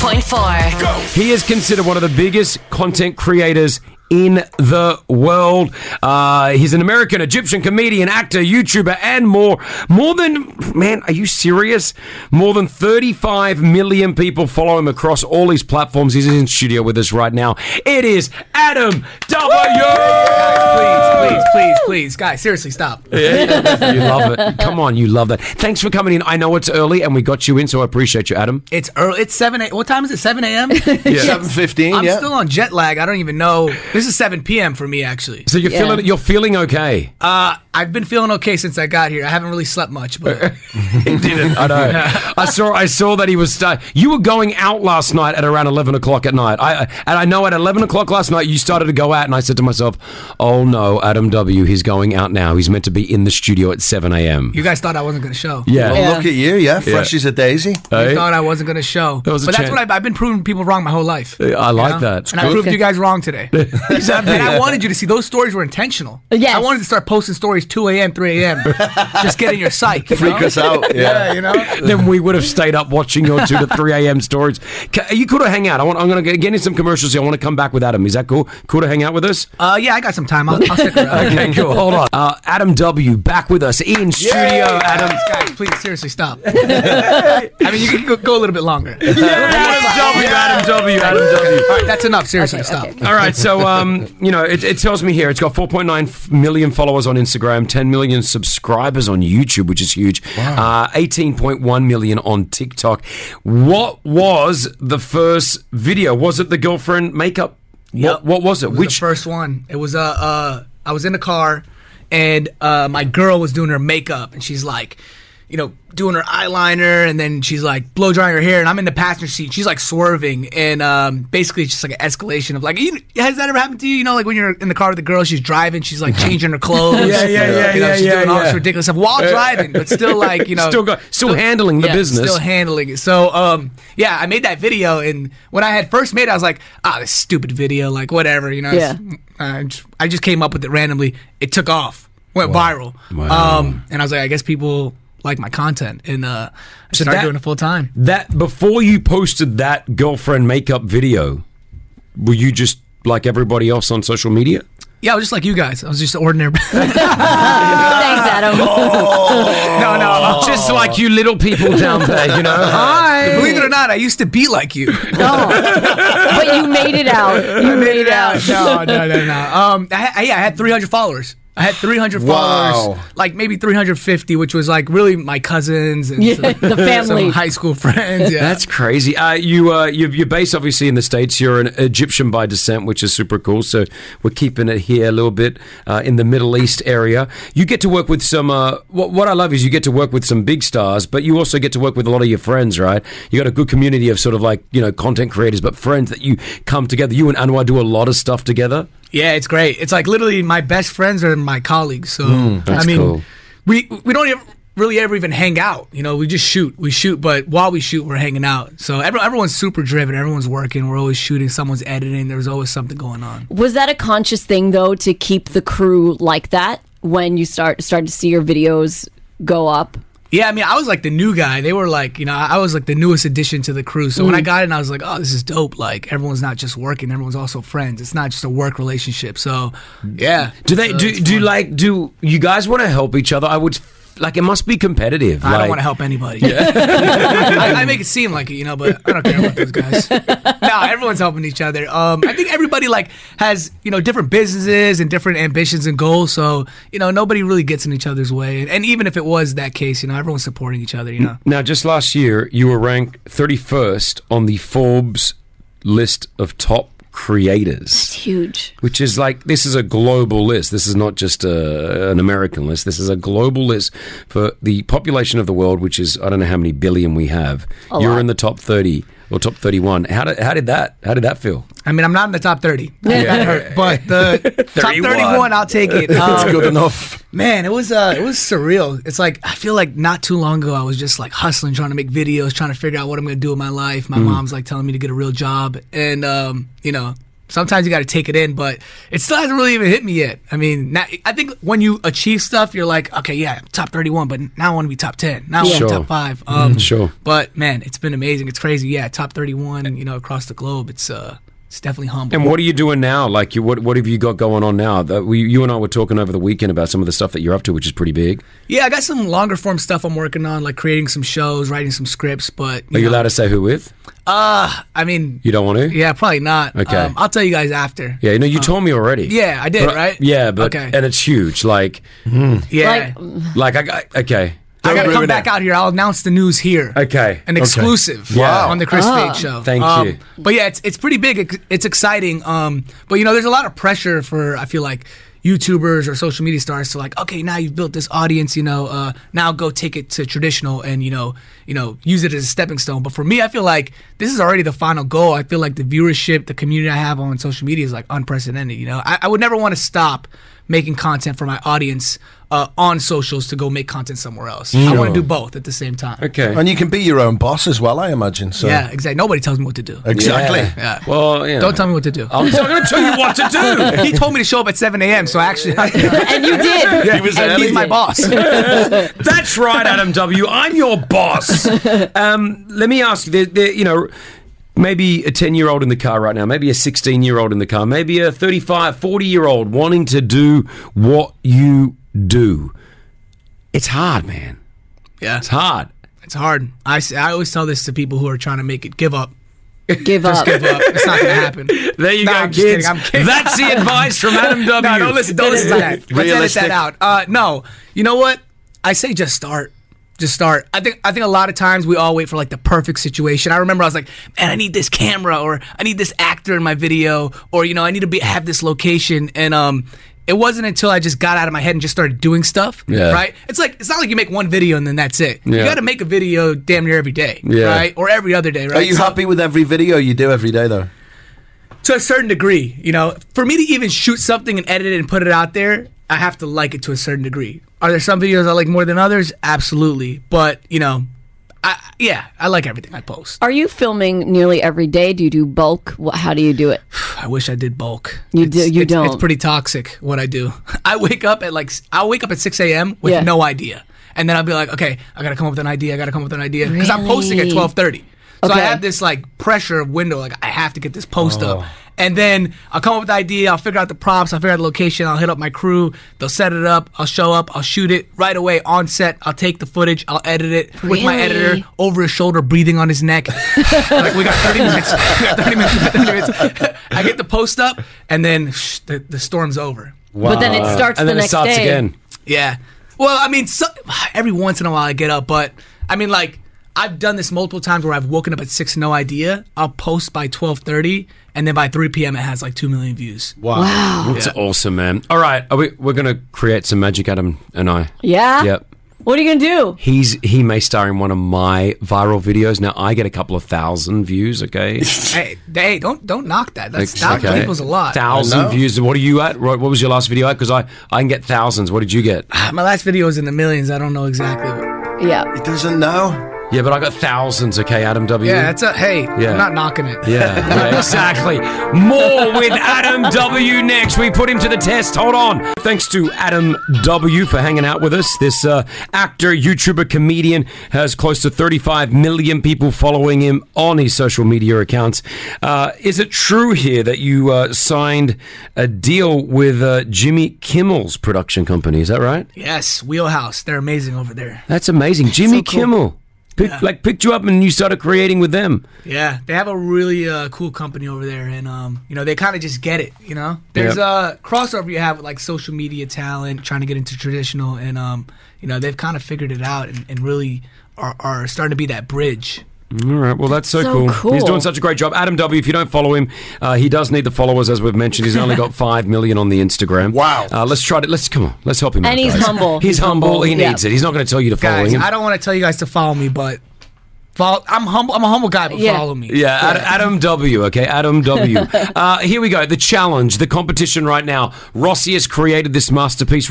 S13: 104.4. Go.
S7: He is considered one of the biggest content creators in the world. Uh, he's an American, Egyptian comedian, actor, YouTuber, and more. More than, man, are you serious? More than 35 million people follow him across all his platforms. He's in studio with us right now. It is Adam W.
S19: Please, please, please, guys, seriously, stop.
S7: Yeah, you love it. Come on, you love that. Thanks for coming in. I know it's early and we got you in, so I appreciate you, Adam.
S19: It's early. It's seven. A, what time is it? Seven a.m.
S7: Yeah. 7:15,
S19: I'm
S7: yeah.
S19: still on jet lag. I don't even know. This is seven p.m. for me actually.
S7: So you're feeling you're feeling okay.
S19: Uh, I've been feeling okay since I got here. I haven't really slept much, but
S7: He didn't. I know. I saw. I saw that he was. Start- you were going out last night at around eleven o'clock at night. I uh, and I know at eleven o'clock last night you started to go out, and I said to myself, "Oh no, Adam W. He's going out now. He's meant to be in the studio at seven a.m."
S19: you guys thought I wasn't going to show.
S7: Yeah. Well,
S9: Look at you, yeah, fresh as a daisy.
S19: You
S7: Hey?
S19: thought I wasn't going to show.
S7: There was a
S19: but that's
S7: chance.
S19: what I've, I've been proving people wrong my whole life.
S7: Yeah, I
S19: you
S7: like that.
S19: And I
S7: Good.
S19: proved you guys wrong today.
S7: Exactly.
S19: And I wanted you to see those stories were intentional. Yes. I wanted to start posting stories 2 a.m., 3 a.m. Just get in your psyche. you
S7: Freak
S19: know?
S7: us out, yeah.
S19: you know?
S7: then we would have stayed up watching your 2 to 3 a.m. stories. Ca- You could have hang out. I want, I'm going to get in some commercials here. I want to come back with Adam. Is that cool? Cool to hang out with us?
S19: Uh, yeah, I got some time. I'll, I'll stick around.
S7: Okay, cool. Hold on. Uh, Adam W. back with us in studio. Adam.
S19: Guys, guys, please, seriously, stop. I mean, you can go, go a little bit longer. Yeah,
S7: Adam W, Adam W, Adam W.
S19: All right, that's enough. Seriously, stop.
S7: All right, so um, you know, it, it tells me here it's got 4.9 f- million followers on Instagram, 10 million subscribers on YouTube, which is huge. Uh, 18.1 million on TikTok. What was the first video? Was it the girlfriend makeup? What, what was it?
S19: was
S7: Which
S19: the first one? It was uh, uh I was in a car and uh my girl was doing her makeup and she's like you know, doing her eyeliner, and then she's like blow drying her hair, and I'm in the passenger seat. She's like swerving, and um, basically it's just like an escalation of like, you, has that ever happened to you? You know, like when you're in the car with the girl, she's driving, she's like changing her clothes,
S7: Yeah, yeah, yeah,
S19: you know,
S7: yeah,
S19: she's
S7: yeah,
S19: doing all this
S7: yeah.
S19: ridiculous stuff while
S7: Uh,
S19: driving, but still like you know,
S7: Still go- still handling the
S19: yeah,
S7: business.
S19: still handling it. So um, yeah, I made that video, and when I had first made it, I was like, ah, this stupid video, like whatever, you know. it's- mm, I just, I just came up with it randomly. It took off, went viral,
S7: Wow.
S19: um, and I was like, I guess people like my content, and uh, I
S7: So
S19: started
S7: that-
S19: doing it full time.
S7: That before you posted that girlfriend makeup video, were you just like everybody else on social media?
S19: Yeah, I was just like you guys. I was just ordinary. Thanks,
S8: Adam.
S19: no, no,
S7: Just like you little people down there, you know. Hi.
S19: Believe it or not, I used to be like you.
S8: but you made it out. You
S19: I
S8: made it out.
S19: No, no, no, no. Um, I, had- I, yeah, I had 300 followers. I had 300
S8: Wow.
S19: followers, like maybe 350, which was like really my cousins and
S8: Yeah,
S19: some,
S8: the family.
S19: some high school friends. Yeah.
S7: That's crazy. Uh, you, uh, you, you're based obviously in the states. You're an Egyptian by descent, which is super cool. So we're keeping it here a little bit uh, in the Middle East area. You get to work with some. Uh, what, what I love is you get to work with some big stars, but you also get to work with a lot of your friends, right? You got a good community of sort of like you know content creators, but friends that you come together. You and Anwar do a lot of stuff together.
S19: Yeah, it's great. It's like literally my best friends are my colleagues. So
S7: Mm, that's
S19: I mean,
S7: cool.
S19: we we don't ever, really ever even hang out. You know, we just shoot. We shoot, but while we shoot, we're hanging out. So every, everyone's super driven. Everyone's working. We're always shooting. Someone's editing. There's always something going on.
S8: Was that a conscious thing though to keep the crew like that when you start start to see your videos go up?
S19: Yeah, I mean, I was like the new guy. They were like, you know, I I was like the newest addition to the crew. So when I
S8: Mm.
S19: got in, I was like, oh, this is dope. Like everyone's not just working, everyone's also friends. It's not just a work relationship. So yeah, Uh,
S7: Do they do do like do you guys want to help each other? I would like it must be competitive.
S19: I
S7: like-
S19: don't want to help anybody.
S7: Yeah.
S19: I, I make it seem like it, you know, but I don't care about those guys. no, everyone's helping each other. Um, I think everybody like has you know different businesses and different ambitions and goals. So you know nobody really gets in each other's way. And, and even if it was that case, you know everyone's supporting each other. You know.
S7: Now, just last year, you were ranked 31st on the Forbes list of top creators. That's
S8: huge.
S7: Which is like, this is a global list. This is not just a, an American list. This is a global list for the population of the world, which is, I don't know how many billion we have.
S19: A
S7: You're
S19: lot.
S7: in the top 30 or top 31. How did, how did that, how did that feel?
S19: I mean, I'm not in the top 30.
S7: Yeah.
S19: That hurt. But the top
S7: 31.
S19: 31, I'll take it. Um,
S7: That's good
S1: Um,
S9: enough.
S19: Man, it was uh, it was surreal. It's like I feel like not too long ago I was just like hustling, trying to make videos, trying to figure out what I'm gonna do with my life. My
S7: Hmm.
S20: Mm.
S19: mom's like telling me to get a real job, and um, you know, sometimes you got to take it in, but it still hasn't really even hit me yet. I mean, now, I think when you achieve stuff, you're like, okay, yeah, I'm top 31, but now I want to be top 10. Now I want to
S7: Sure. Mm-hmm.
S19: be top five. Um,
S7: Sure.
S19: But man, it's been amazing. It's crazy. Yeah, top 31, you know, across the globe. It's uh, it's definitely humble.
S7: And what are you doing now? Like, you, what, what have you got going on now? That we, you and I were talking over the weekend about some of the stuff that you're up to, which is pretty big.
S19: Yeah, I got some longer form stuff I'm working on, like creating some shows, writing some scripts. But
S7: Are you allowed to say who with?
S19: uh, I mean,
S7: You don't want to?
S19: yeah, probably not.
S7: Okay.
S19: um, I'll tell you guys after.
S7: Yeah, no, you told me already.
S19: Yeah, I did,
S7: But-
S19: right?
S7: Yeah, but
S19: Okay. Hmm.
S7: and it's huge. Like,
S19: Yeah,
S7: like I got okay.
S19: I gotta come back out here. I'll announce the news here.
S7: Okay,
S19: An
S7: okay.
S19: exclusive
S7: Wow.
S19: on the Chris
S7: Ah.
S19: Fade show.
S7: Thank
S19: Um,
S7: you.
S19: But yeah, it's it's pretty big. Ex- It's exciting. Um, but you know, there's a lot of pressure for I feel like YouTubers or social media stars to like, okay, now you've built this audience. You know, uh, now go take it to traditional and you know, you know, use it as a stepping stone. But for me, I feel like this is already the final goal. I feel like the viewership, the community I have on social media is like unprecedented. You know, I, I would never want to stop making content for my audience uh, on socials to go make content somewhere else. I want
S9: Sure.
S19: to do both at the same time.
S9: And you can be your own boss as well, I imagine. So
S19: Yeah, exactly. Nobody tells me what to do.
S9: Exactly.
S19: Yeah.
S7: Well,
S19: Don't tell me what to do.
S9: I'm not
S7: gonna tell you what to do.
S19: he told me to show up at 7 a.m. So actually, and
S8: you did.
S19: Yeah, and he's my boss.
S7: That's right, Adam W. I'm your boss. Um, let me ask you, there- there- you know, maybe a 10 year old in the car right now, maybe a 16 year old in the car, maybe a 35, 40 year old wanting to do what you do. It's hard, man.
S19: Yeah.
S7: It's hard.
S19: It's hard. I, s- I always tell this to people who are trying to make it give up.
S8: Give
S19: Just
S8: up.
S19: give up. It's not gonna happen.
S7: There you
S19: No,
S7: go,
S19: I'm just
S7: kids.
S19: kidding. I'm kidding.
S7: That's the advice from Adam W.
S19: No, don't listen. Don't
S7: Good
S19: listen to that.
S7: advice.
S19: Let's edit
S7: Realistic.
S19: that out. Uh, no, you know what? I say just start. Just start. I think. I think a lot of times we all wait for like the perfect situation. I remember I was like, man, I need this camera, or I need this actor in my video, or you know, I need to be have this location. And um, it wasn't until I just got out of my head and just started doing stuff.
S7: Yeah.
S19: Right? It's like it's not like you make one video and then that's it. You
S7: Yeah.
S19: got to make a video damn near every day.
S20: Yeah.
S19: Right? Or every other day. Right?
S20: Are you
S19: So-
S20: happy with every video you do every day though?
S19: to a certain degree. You know, for me to even shoot something and edit it and put it out there, I have to like it to a certain degree. Are there some videos I like more than others? Absolutely, but you know, I yeah, I like everything I post.
S8: Are you filming nearly every day? Do you do bulk? What, how do you do it?
S19: I wish I did bulk.
S8: You do. You
S19: it's,
S8: don't.
S19: It's pretty toxic what I do. I wake up at like I wake up at six a.m. with
S8: Yeah.
S19: no idea, and then I'll be like, okay, I gotta come up with an idea. I gotta come up with an idea because I'm posting at
S20: Really?
S19: twelve thirty. So I
S20: Okay.
S19: have this like pressure window. Like I have to get this post
S20: Oh.
S19: up, and then I'll come up with the idea. I'll figure out the props. I'll figure out the location. I'll hit up my crew. They'll set it up. I'll show up. I'll shoot it right away on set. I'll take the footage. I'll edit it with my
S20: Really?
S19: editor over his shoulder, breathing on his neck. like we got thirty minutes. We got thirty minutes. 30 minutes. I get the post up, and then shh, the, the storm's over.
S7: Wow. But then it starts And the then it next starts day. again.
S19: Yeah. Well, I mean, so, every once in a while I get up, but I mean, like I've done this multiple times where I've woken up at six, no idea. I'll post by twelve thirty, and then by three p.m. it has like two million views.
S7: That's
S19: Yeah.
S7: awesome, man. All right, are we, we're going to create some magic, Adam and I.
S19: Ah.
S8: Yeah?
S7: Yep.
S8: What are you gonna do?
S7: He's he may star in one of my viral videos. Now I get a couple of thousand views. Okay,
S19: Hey, hey, don't don't knock that. That's that
S7: Okay.
S19: people's a lot.
S7: Thousand views. What are you at? Right, What was your last video at? Because I I can get thousands. What did you get?
S19: Ah, My last video was in the millions. I don't know exactly. What...
S8: Yeah.
S19: It doesn't know.
S7: Yeah, but I got thousands. Okay, Adam W.
S19: Yeah, that's a hey.
S7: Yeah.
S19: I'm not knocking it.
S7: Yeah, yeah, exactly. More with Adam W next. We put him to the test. Hold on. Thanks to Adam W for hanging out with us. This uh, actor, YouTuber, comedian has close to 35 million people following him on his social media accounts. Uh, is it true here that you uh, signed a deal with uh, Jimmy Kimmel's production company? Is that right?
S19: Yes, Wheelhouse. They're amazing over there.
S7: That's amazing. Jimmy Kimmel. Pick, Like picked you up and you started creating with them.
S19: Yeah, they have a really uh, cool company over there, and um, you know they kind of just get it. You know, there's
S7: Yep.
S19: a crossover you have with like social media talent trying to get into traditional, and um, you know they've kind of figured it out and, and really are, are starting to be that bridge.
S7: All right. Well, that's so,
S19: So
S7: cool.
S19: cool.
S7: He's doing such a great job. Adam W. If you don't follow him, uh, he does need the followers, as we've mentioned. He's only got five million on the Instagram. Wow. Uh, let's try to let's come on. Let's help him.
S19: And
S7: out,
S19: he's
S7: guys.
S19: humble.
S7: He's,
S19: He's
S7: humble.
S19: humble,
S7: He
S19: yeah.
S7: needs it. He's not going to tell you to follow
S19: Guys,
S7: him.
S19: I don't want to tell you guys to follow me, but follow, I'm humble. I'm a humble guy, but follow me.
S7: Yeah, Ad- Adam W. Okay, Adam W. uh, here we go. The challenge, the competition right now. Rossi has created this masterpiece.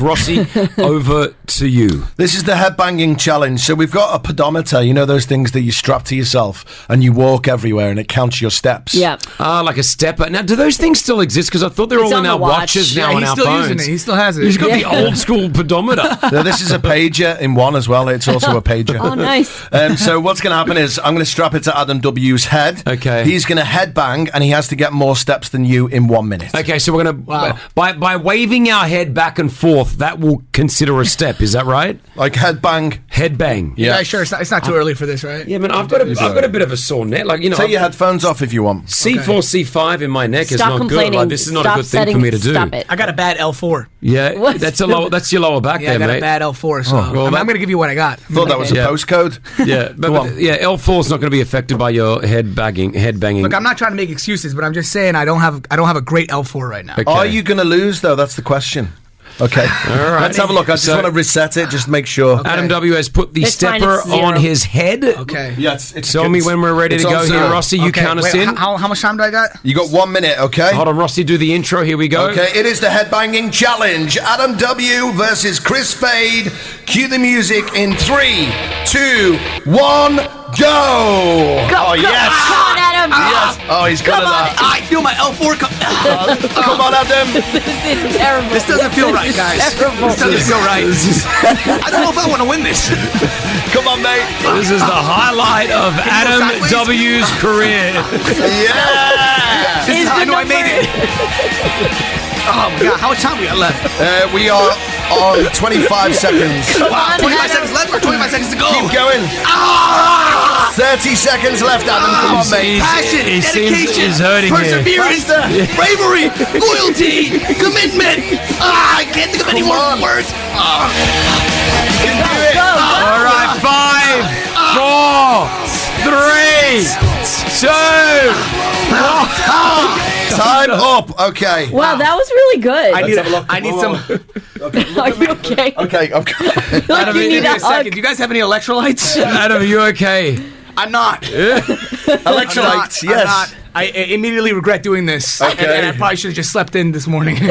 S7: Rossi, over to you.
S20: This is the headbanging challenge. So we've got a pedometer, you know those things that you strap to yourself and you walk everywhere and it counts your steps.
S8: Yeah.
S7: Ah, like a stepper. Now, do those things still exist? Because I thought they're
S20: It's
S7: all in
S20: on
S7: our
S20: the watch.
S7: watches
S20: Yeah,
S7: now and
S20: he's
S7: our
S20: still
S7: phones.
S20: using it. He
S19: still has
S7: He's got the old school pedometer.
S20: now, this is a pager in one as well. It's also a pager.
S7: Oh, nice.
S20: Um, so what's going to happen is I'm going to strap it to Adam W.'s head. Okay. He's going to headbang and he has to get more steps than you in one minute.
S7: Okay, so we're gonna by by waving our head back and forth, that will consider a step. Is that right?
S20: like headbang,
S7: headbang.
S19: Yeah, sure. It's not, it's not too early for this, right?
S7: Yeah, man. I've got a, I've got a bit of a sore neck. Like you know,
S20: Take your headphones off if you want.
S7: C four C five in my neck is
S19: Stop
S7: not good.
S19: complaining.
S7: Like this is not
S19: Stop
S7: a good thing for
S19: setting-
S7: me to do.
S19: stop it. I got a bad L4.
S7: Yeah,
S19: What?
S7: that's a low. That's your lower back
S19: yeah,
S7: there,
S19: I got
S7: mate.
S19: a bad L4, so I
S7: Oh, well,
S19: mean,
S7: that-
S19: I'm going to give you what I got.
S7: Yeah.
S20: postcode.
S7: Yeah, but,
S19: Go
S7: but-
S19: on.
S7: yeah, L four is not going to be affected by your head bagging, head banging.
S19: Look, I'm not trying to make excuses, but I'm just saying I don't have I don't have a great L4 right now.
S20: Are you going to lose, though? That's the question. Okay. All
S7: right.
S20: Let's have a look. I just
S7: So-
S20: want to reset it, just make sure.
S7: Adam W has put the
S20: It's fine,
S7: stepper
S20: it's zero.
S7: on his head.
S19: Okay.
S20: Yeah, it's, it's
S7: Tell me when we're ready to
S20: it's
S7: go
S20: on
S7: here,
S20: zero.
S7: Rossi. You count us in.
S19: How, how much time do I got?
S20: You got one minute, okay?
S7: Hold on, Rossi. Do the intro. Here we go.
S20: Okay, it is the headbanging challenge. Adam W versus Chris Fade. Cue the music in three, two, one, go! oh, yes!
S8: Come on, Adam.
S20: Yes! Oh, he's got
S8: Come
S20: it
S8: on.
S20: that.
S19: I feel my L4 come.
S20: Come on, Adam.
S8: this is terrible.
S19: This doesn't feel right,
S8: is
S19: guys.
S8: terrible.
S19: This doesn't feel right. I don't know if I want to win this.
S20: Come on, mate.
S7: This is the highlight of Adam W's career.
S20: yeah!
S19: This is how I know I made it. Oh my god, how much time we got left?
S20: Uh, we are on 25 seconds.
S19: Come on, 25 seconds left or 25 seconds to go? Ah!
S20: Keep going. 30 seconds left, Adam. Come on, mate.
S19: Passion,
S7: he seems-
S19: dedication,
S7: he's hurting here.
S19: perseverance,
S20: Faster.
S19: bravery, loyalty, commitment. Ah, I can't think of any more words. Ah. Ah.
S7: All right, five, four, three, two, one.
S9: Time up. Okay.
S8: Wow, that was really good.
S9: I need Let's a- have a look.
S19: I need some.
S8: Are you okay?
S9: Okay, I'm good.
S19: Adam,
S8: you
S19: give
S8: need
S19: me
S8: a
S19: a second. Do you guys have any electrolytes?
S7: Adam, you okay?
S19: I'm not.
S9: Electrolytes,
S19: I'm not,
S9: yes.
S19: I'm not. I I immediately regret doing this, and,
S9: Okay.
S19: and I probably should have just slept in this morning.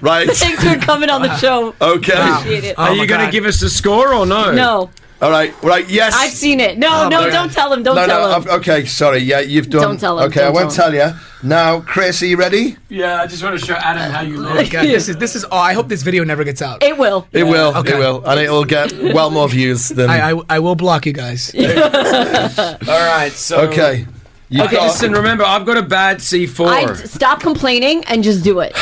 S9: right.
S8: Thanks for coming on the show.
S9: Okay.
S8: Appreciate
S19: Oh
S8: it.
S7: Are you going to give us the score or Oh, no?
S8: No.
S9: All right. Right. Yes.
S8: I've seen it. No,
S9: Oh,
S8: no,
S9: man.
S8: don't tell him. Don't
S9: no,
S8: tell
S9: no,
S8: him.
S9: I've- okay, sorry. Yeah, you've done.
S8: Don't tell him,
S9: Okay,
S8: don't
S9: I won't
S8: tell
S9: tell, you. Now, Chris, are you ready?
S19: yeah, I just want to show Adam how you
S9: look.
S19: Oh this is this is. Oh, I hope this video never gets out.
S8: It will.
S9: It will.
S19: Okay.
S9: It will, and it will get well more views than.
S19: I, I I will block you guys.
S7: All right. So
S9: okay. You
S7: okay.
S9: got-
S7: Listen. Remember, I've got a bad C four.
S8: I stop complaining and just do it.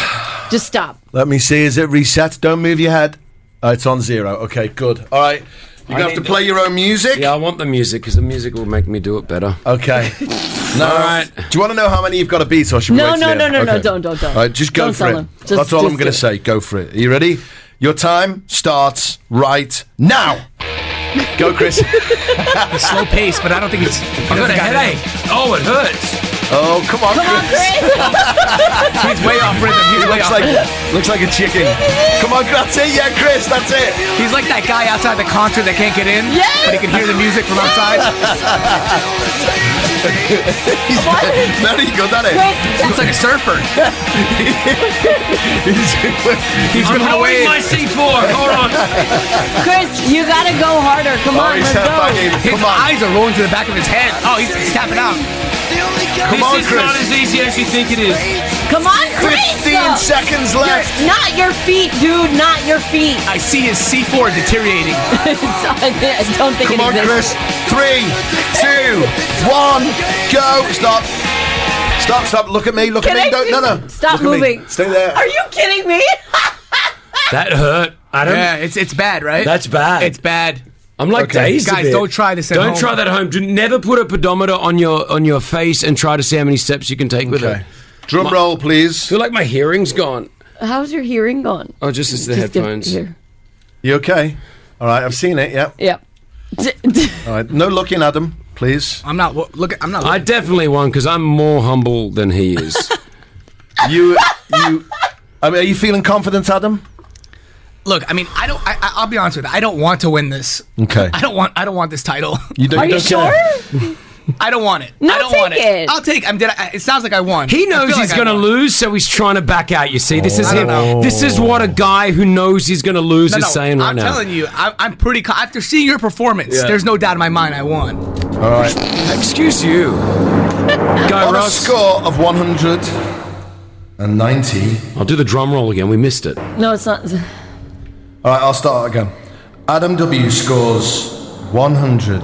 S8: Just stop.
S9: Let me see. Is it reset? Don't move your head. Oh, it's on zero. Okay, good. All right. You're gonna have to play your own music.
S7: Yeah, I want the music because the music will make me do it better.
S9: Okay. No. All right. Do you want to know how many you've got to beat, or should we
S8: No,
S9: wait
S8: no,
S9: till the
S8: no,
S9: end?
S8: no, no,
S9: Okay.
S8: don't, don't, don't.
S9: All right, just go
S8: Don't
S9: for
S8: tell
S9: it.
S8: him. Just-
S9: That's all
S8: just
S9: I'm going
S8: do
S9: to say. Go for it. Are you ready? Your time starts right now. Go, Chris.
S19: Slow pace, but I don't think it's. I
S7: got a headache. Oh, it hurts.
S9: Oh, come on,
S8: Come on,
S9: Chris.
S8: Chris.
S19: He's way off rhythm. He's way
S9: Looks
S19: off
S9: like looks like a chicken. Come on, that's it. Yeah, Chris, that's it.
S19: He's like that guy outside the concert that can't get in,
S8: Yes!
S19: but he can hear the music from outside.
S9: He's very good at it.
S19: Looks like a surfer.
S9: He's
S19: going
S7: I'm
S19: to
S7: holding
S19: wave.
S7: my C four. Hold on.
S8: Chris, you gotta go harder. Come
S9: Oh,
S8: on,
S9: he's
S8: let's
S9: head
S8: go.
S9: banging.
S19: His
S9: Come on.
S19: eyes are rolling to the back of his head. Oh, he's, he's tapping out.
S9: Come
S7: this
S9: on,
S7: is not as
S9: Chris.
S7: easy as you think it is.
S8: Come on, Chris.
S9: 15 seconds
S8: Your-
S9: left.
S8: not your feet, dude. Not your feet.
S19: I see his C4 deteriorating.
S8: I don't think
S9: Come
S8: it
S9: on,
S8: exists.
S9: Chris. Three, two, one, go. Stop. Stop, stop. Loop. Look at me. Look
S8: Can
S9: at
S8: I
S9: me. Don't, no, no.
S8: Stop
S9: Look at me.
S8: moving.
S9: Stay there.
S8: Are you kidding me?
S7: That hurt, Adam.
S19: Yeah, it's it's bad, right?
S7: That's bad.
S19: It's bad.
S7: I'm like
S9: Okay.
S7: dazed. a
S19: Guys,
S7: bit.
S19: don't try this at
S7: don't
S19: home.
S7: try that at home. Do never put a pedometer on your on your face and try to see how many steps you can take with it.
S9: Okay. Drum roll, please.
S7: feel like my hearing's gone.
S8: How's your hearing gone?
S7: Oh, just it's the
S8: Just give-
S7: headphones.
S8: here.
S9: You okay? All right, I've seen it. Yeah.
S8: Yep.
S9: All right. No looking, Adam, please.
S19: I'm not wo- look. I'm not.
S7: I
S19: Looking.
S7: definitely won because I'm more humble than he is.
S9: You, you. I mean, are you feeling confident, Adam?
S19: Look, I mean, I don't. I, I- I'll be honest with you. I don't want to win this.
S9: Okay.
S19: I don't want. I don't want this title.
S9: You don't,
S8: Are you
S9: don't care.
S8: sure?
S19: I don't want it.
S8: No,
S19: I don't
S8: take
S19: want it.
S8: it.
S19: I'll take. I'm. Did I, it sounds like I won.
S7: He
S19: I
S7: knows
S19: feel
S7: he's
S19: like I
S7: going to
S19: won.
S7: lose, so he's trying to back out. You see, this is
S19: I
S7: him.
S19: don't know.
S7: This is what a guy who knows he's going to lose
S19: No,
S7: is
S19: no,
S7: saying right
S19: I'm
S7: now.
S19: telling you, I, I'm pretty. Co- after seeing your performance,
S7: Yeah.
S19: there's no doubt in my mind I won.
S9: All right.
S7: Excuse you, guy
S9: On a
S7: Ross.
S9: score of 190.
S7: I'll do the drum roll again. We missed it.
S8: No, it's not.
S9: All right, I'll start again. Adam W scores 128.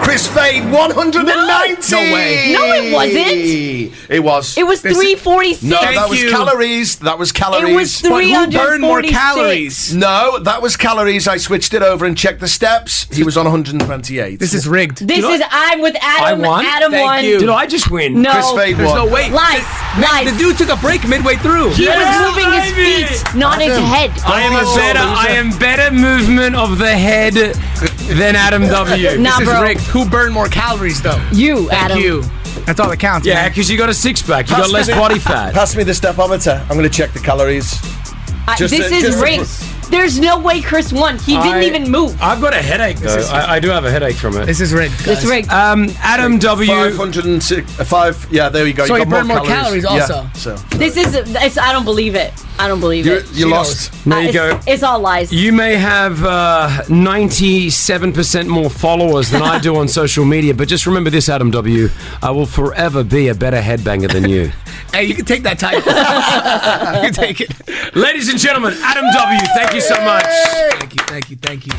S9: Chris Fade, 190!
S19: No way.
S8: No, it wasn't.
S9: It was.
S8: It was
S19: This is-
S8: 346.
S9: No, that was
S19: you.
S9: calories. That was calories.
S8: It was
S19: But who
S8: 346.
S19: burned more calories?
S9: No, that was calories. I switched it over and checked the steps. He was on 128.
S19: This is rigged.
S8: This is I'm with Adam.
S7: I won?
S8: Adam
S19: Thank
S8: won.
S19: you.
S7: Did I just win?
S8: No.
S9: Chris Fade
S19: There's no
S9: won.
S19: way.
S8: Lies.
S19: The
S8: Lies.
S19: dude took a break midway through.
S8: He
S7: Yeah,
S8: was moving
S7: Ivy.
S8: his feet, not his
S9: Adam.
S8: head.
S7: I am a
S9: Oh,
S7: better.
S9: loser.
S7: I am better movement of the head than Adam W.
S8: Nah,
S19: This is
S8: bro.
S19: rigged. Who burned more calories though?
S8: You, Adam.
S19: You. That's all that counts.
S7: Yeah,
S19: man.
S7: because you got a six pack. You got less body fat.
S9: Pass me the stepometer. I'm going to check the calories.
S8: I-
S9: Just
S8: Uh, this
S9: a-
S8: is
S9: just a-
S8: rigged. There's no way Chris won. He didn't
S7: I-
S8: even move.
S7: I've got a headache though. I, I do have a headache from it.
S19: This is rigged.
S8: It's
S19: guys.
S8: rigged.
S7: Um, Adam W.
S9: 506. uh, five. Yeah, there you go.
S19: So
S9: you
S19: he
S9: got
S19: burned more calories also.
S9: Yeah, so.
S8: This is. It's, I don't believe it. I don't believe
S9: You,
S8: it.
S9: you
S19: She
S9: lost.
S7: There you
S8: it's,
S7: go.
S8: It's all lies.
S7: You may have uh, 97% more followers than I do on social media, but just remember this, Adam W. I will forever be a better headbanger than you.
S19: Hey, you can take that title. you can take it.
S7: Ladies and gentlemen, Adam W., thank you so much.
S19: Thank you, thank you, thank you.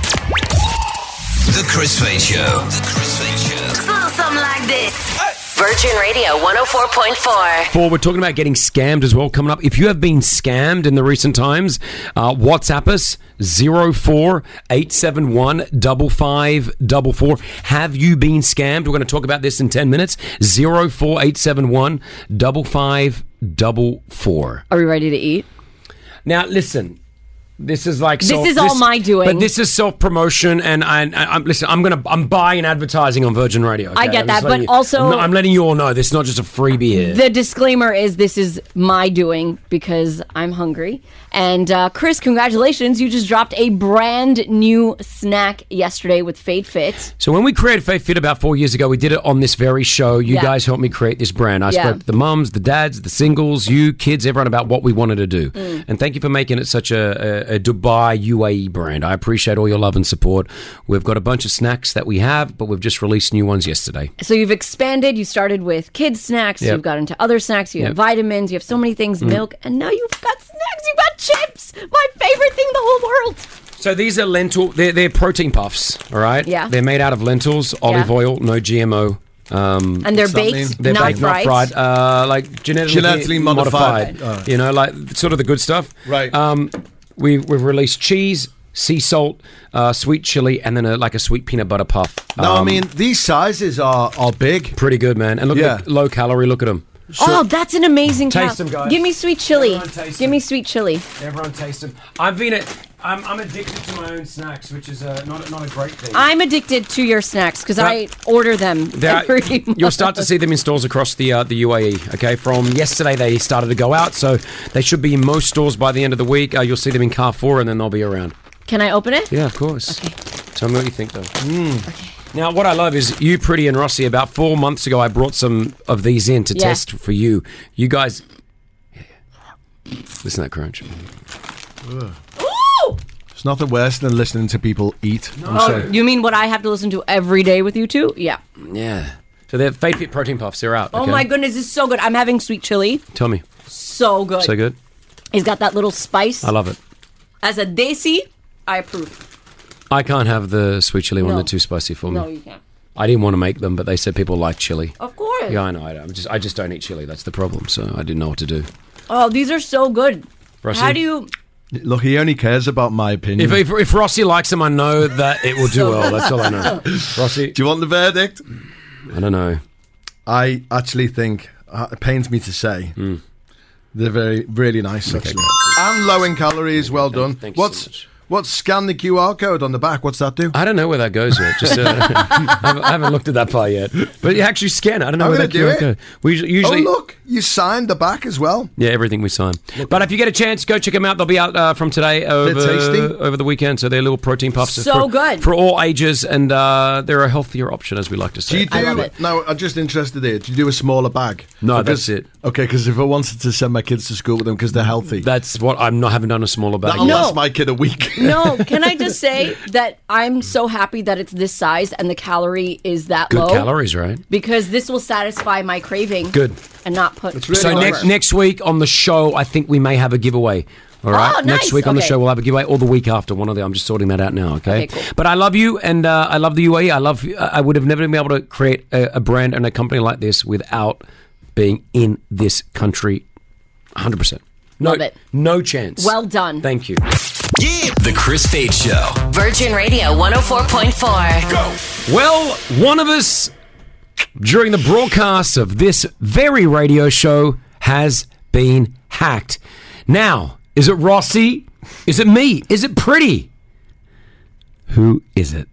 S20: The Chris Fade Show. The Chris Fade Show.
S13: Something like this. Virgin Radio 104.4.
S7: Four, we're talking about getting scammed as well coming up. If you have been scammed in the recent times, uh, WhatsApp us 04871 5544. Have you been scammed? We're going to talk about this in 10 minutes. 04871 5544.
S8: Are we ready to eat?
S7: Now, listen, This is like
S8: This
S7: self-
S8: is all my doing.
S7: But this is self promotion, and I, I, am listen. I'm gonna I'm buying advertising on Virgin Radio.
S8: I get
S7: I'm just
S8: that,
S7: letting
S8: but also-
S7: I'm, not- I'm letting you all know this is not just a freebie here.
S8: The disclaimer is this is my doing because I'm hungry. And uh, Chris, congratulations. You just dropped a brand new snack yesterday with Fade Fit.
S7: So when we created Faith Fit about four years ago, we did it on this very show. You
S8: Yeah.
S7: guys helped me create this brand. I
S8: Yeah.
S7: spoke to the mums, the dads, the singles, you kids, everyone about what we wanted to do.
S17: Mm.
S7: And thank you for making it such a, a, a Dubai UAE brand. I appreciate all your love and support. We've got a bunch of snacks that we have, but we've just released new ones yesterday.
S8: So you've expanded. You started with kids snacks.
S7: Yep.
S8: You've got into other snacks. You have
S7: Yep.
S8: vitamins. You have so many things,
S7: Mm.
S8: milk, and now you've got snacks. You've got chips. My favorite thing in the whole world.
S7: So these are lentil. They're, they're protein puffs. All right.
S8: Yeah.
S7: They're made out of lentils, olive
S8: Yeah.
S7: oil, no GMO. Um,
S8: And they're Something- baked,
S7: They're
S8: not
S7: baked,
S8: fried?
S7: not fried. Uh, like genetically,
S9: Genetically modified.
S7: modified.
S9: Right.
S7: You know, like sort of the good stuff. Right. Um, we we've released cheese, sea salt, uh, sweet chili, and then a, like a sweet peanut butter puff.
S9: No, I
S7: Um,
S9: mean these sizes are are big.
S7: Pretty good, man. And look
S9: Yeah.
S7: at the low calorie. Look at them.
S8: oh, that's an amazing
S7: Taste
S8: cal-
S7: them, guys.
S8: Give me sweet chili.
S7: Everyone taste
S8: Give me sweet chili.
S7: Everyone taste them. I've been a, I'm, I'm addicted to my own snacks, which is uh, not not a great thing.
S8: I'm addicted to your snacks because
S7: That-
S8: I order them
S7: They are-
S8: every month.
S7: you'll start to see them in stores across the uh, the UAE. Okay, from yesterday they started to go out, so they should be in most stores by the end of the week. Uh, you'll see them in Carrefour, and then they'll be around.
S8: Can I open it?
S7: Yeah, of course. Tell me what you think, though. Hmm. Now, what I love is you, Pretty and Rossi. About four months ago, I brought some of these in to
S8: Yeah.
S7: test for you. You guys, listen to that crunch.
S9: It's nothing worse than listening to people eat. I'm
S8: Oh,
S9: sorry.
S8: you mean what I have to listen to every day with you two? Yeah.
S7: Yeah. So they're Fade Fit protein puffs. They're out.
S8: Oh
S7: okay?
S8: my goodness, this is so good. I'm having sweet chili.
S7: Tell me,
S8: So good.
S7: so good?
S8: He's got that little spice.
S7: I love it.
S8: As a desi, I approve.
S7: I can't have the sweet chili one.
S8: No.
S7: They're too spicy for me.
S8: No, you can't.
S7: I didn't want to make them, but they said people like chili.
S8: Of course.
S7: Yeah, I know. I, don't. I just I just don't eat chili. That's the problem. So I didn't know what to do.
S8: Oh, these are so good.
S7: Rossi?
S8: How do you?
S9: Look, he only cares about my opinion.
S7: If, if, if Rossi likes them, I know that it will do
S9: So-
S7: well. That's all I know. Rossi,
S9: do you want the verdict?
S7: I don't know.
S9: I actually think uh, it pains me to say
S7: Hmm.
S9: they're very really nice actually, and low in calories. Well done.
S7: thank you so
S9: what's what's scan the QR code on the back? What's that do?
S7: I don't know where that goes yet. Just uh, I haven't- I haven't looked at that part yet. But you actually scan. it. I don't know
S9: I'm
S7: where
S9: gonna
S7: that
S9: do
S7: QR
S9: it.
S7: code- We usually, usually
S9: oh look, you signed the back as well.
S7: yeah, everything we sign. But if you get a chance, go check them out. They'll be out uh, from today over
S9: tasty.
S7: over the weekend. So they're little protein puffs.
S8: So
S7: for,
S8: good.
S7: for all ages, and uh, they're a healthier option, as we like to say.
S9: Do you do? No, I'm just interested here. Do you do a smaller bag?
S7: No,
S9: Because-
S7: that's it.
S9: Okay, because if I wanted to send my kids to school with them because they're healthy,
S7: that's what I'm not having done a smaller bag.
S9: That'll
S7: yet.
S9: last my kid a week.
S8: No, can I just say that I'm so happy that it's this size and the calorie is that
S7: Good
S8: low
S7: calories, right?
S8: because this will satisfy my craving.
S7: Good.
S8: And not put.
S7: so
S8: over.
S7: next next week on the show, I think we may have a giveaway. All right.
S8: Oh, nice.
S7: Next week on the
S8: Okay.
S7: show, we'll have a giveaway, or the week after. One of the. I'm just sorting that out now. Okay.
S8: Okay, cool.
S7: But I love you, and uh, I love the UAE. I love. I would have never been able to create a, a brand and a company like this without being in this country. 100. percent No,
S13: Love it.
S7: no chance.
S13: Well done.
S7: Thank you.
S1: The Chris Fade Show.
S13: Virgin Radio 104.4. Go.
S7: Well, one of us during the broadcast of this very radio show has been hacked. Now, is it Rossi? Is it me? Is it Pretty? Who is it?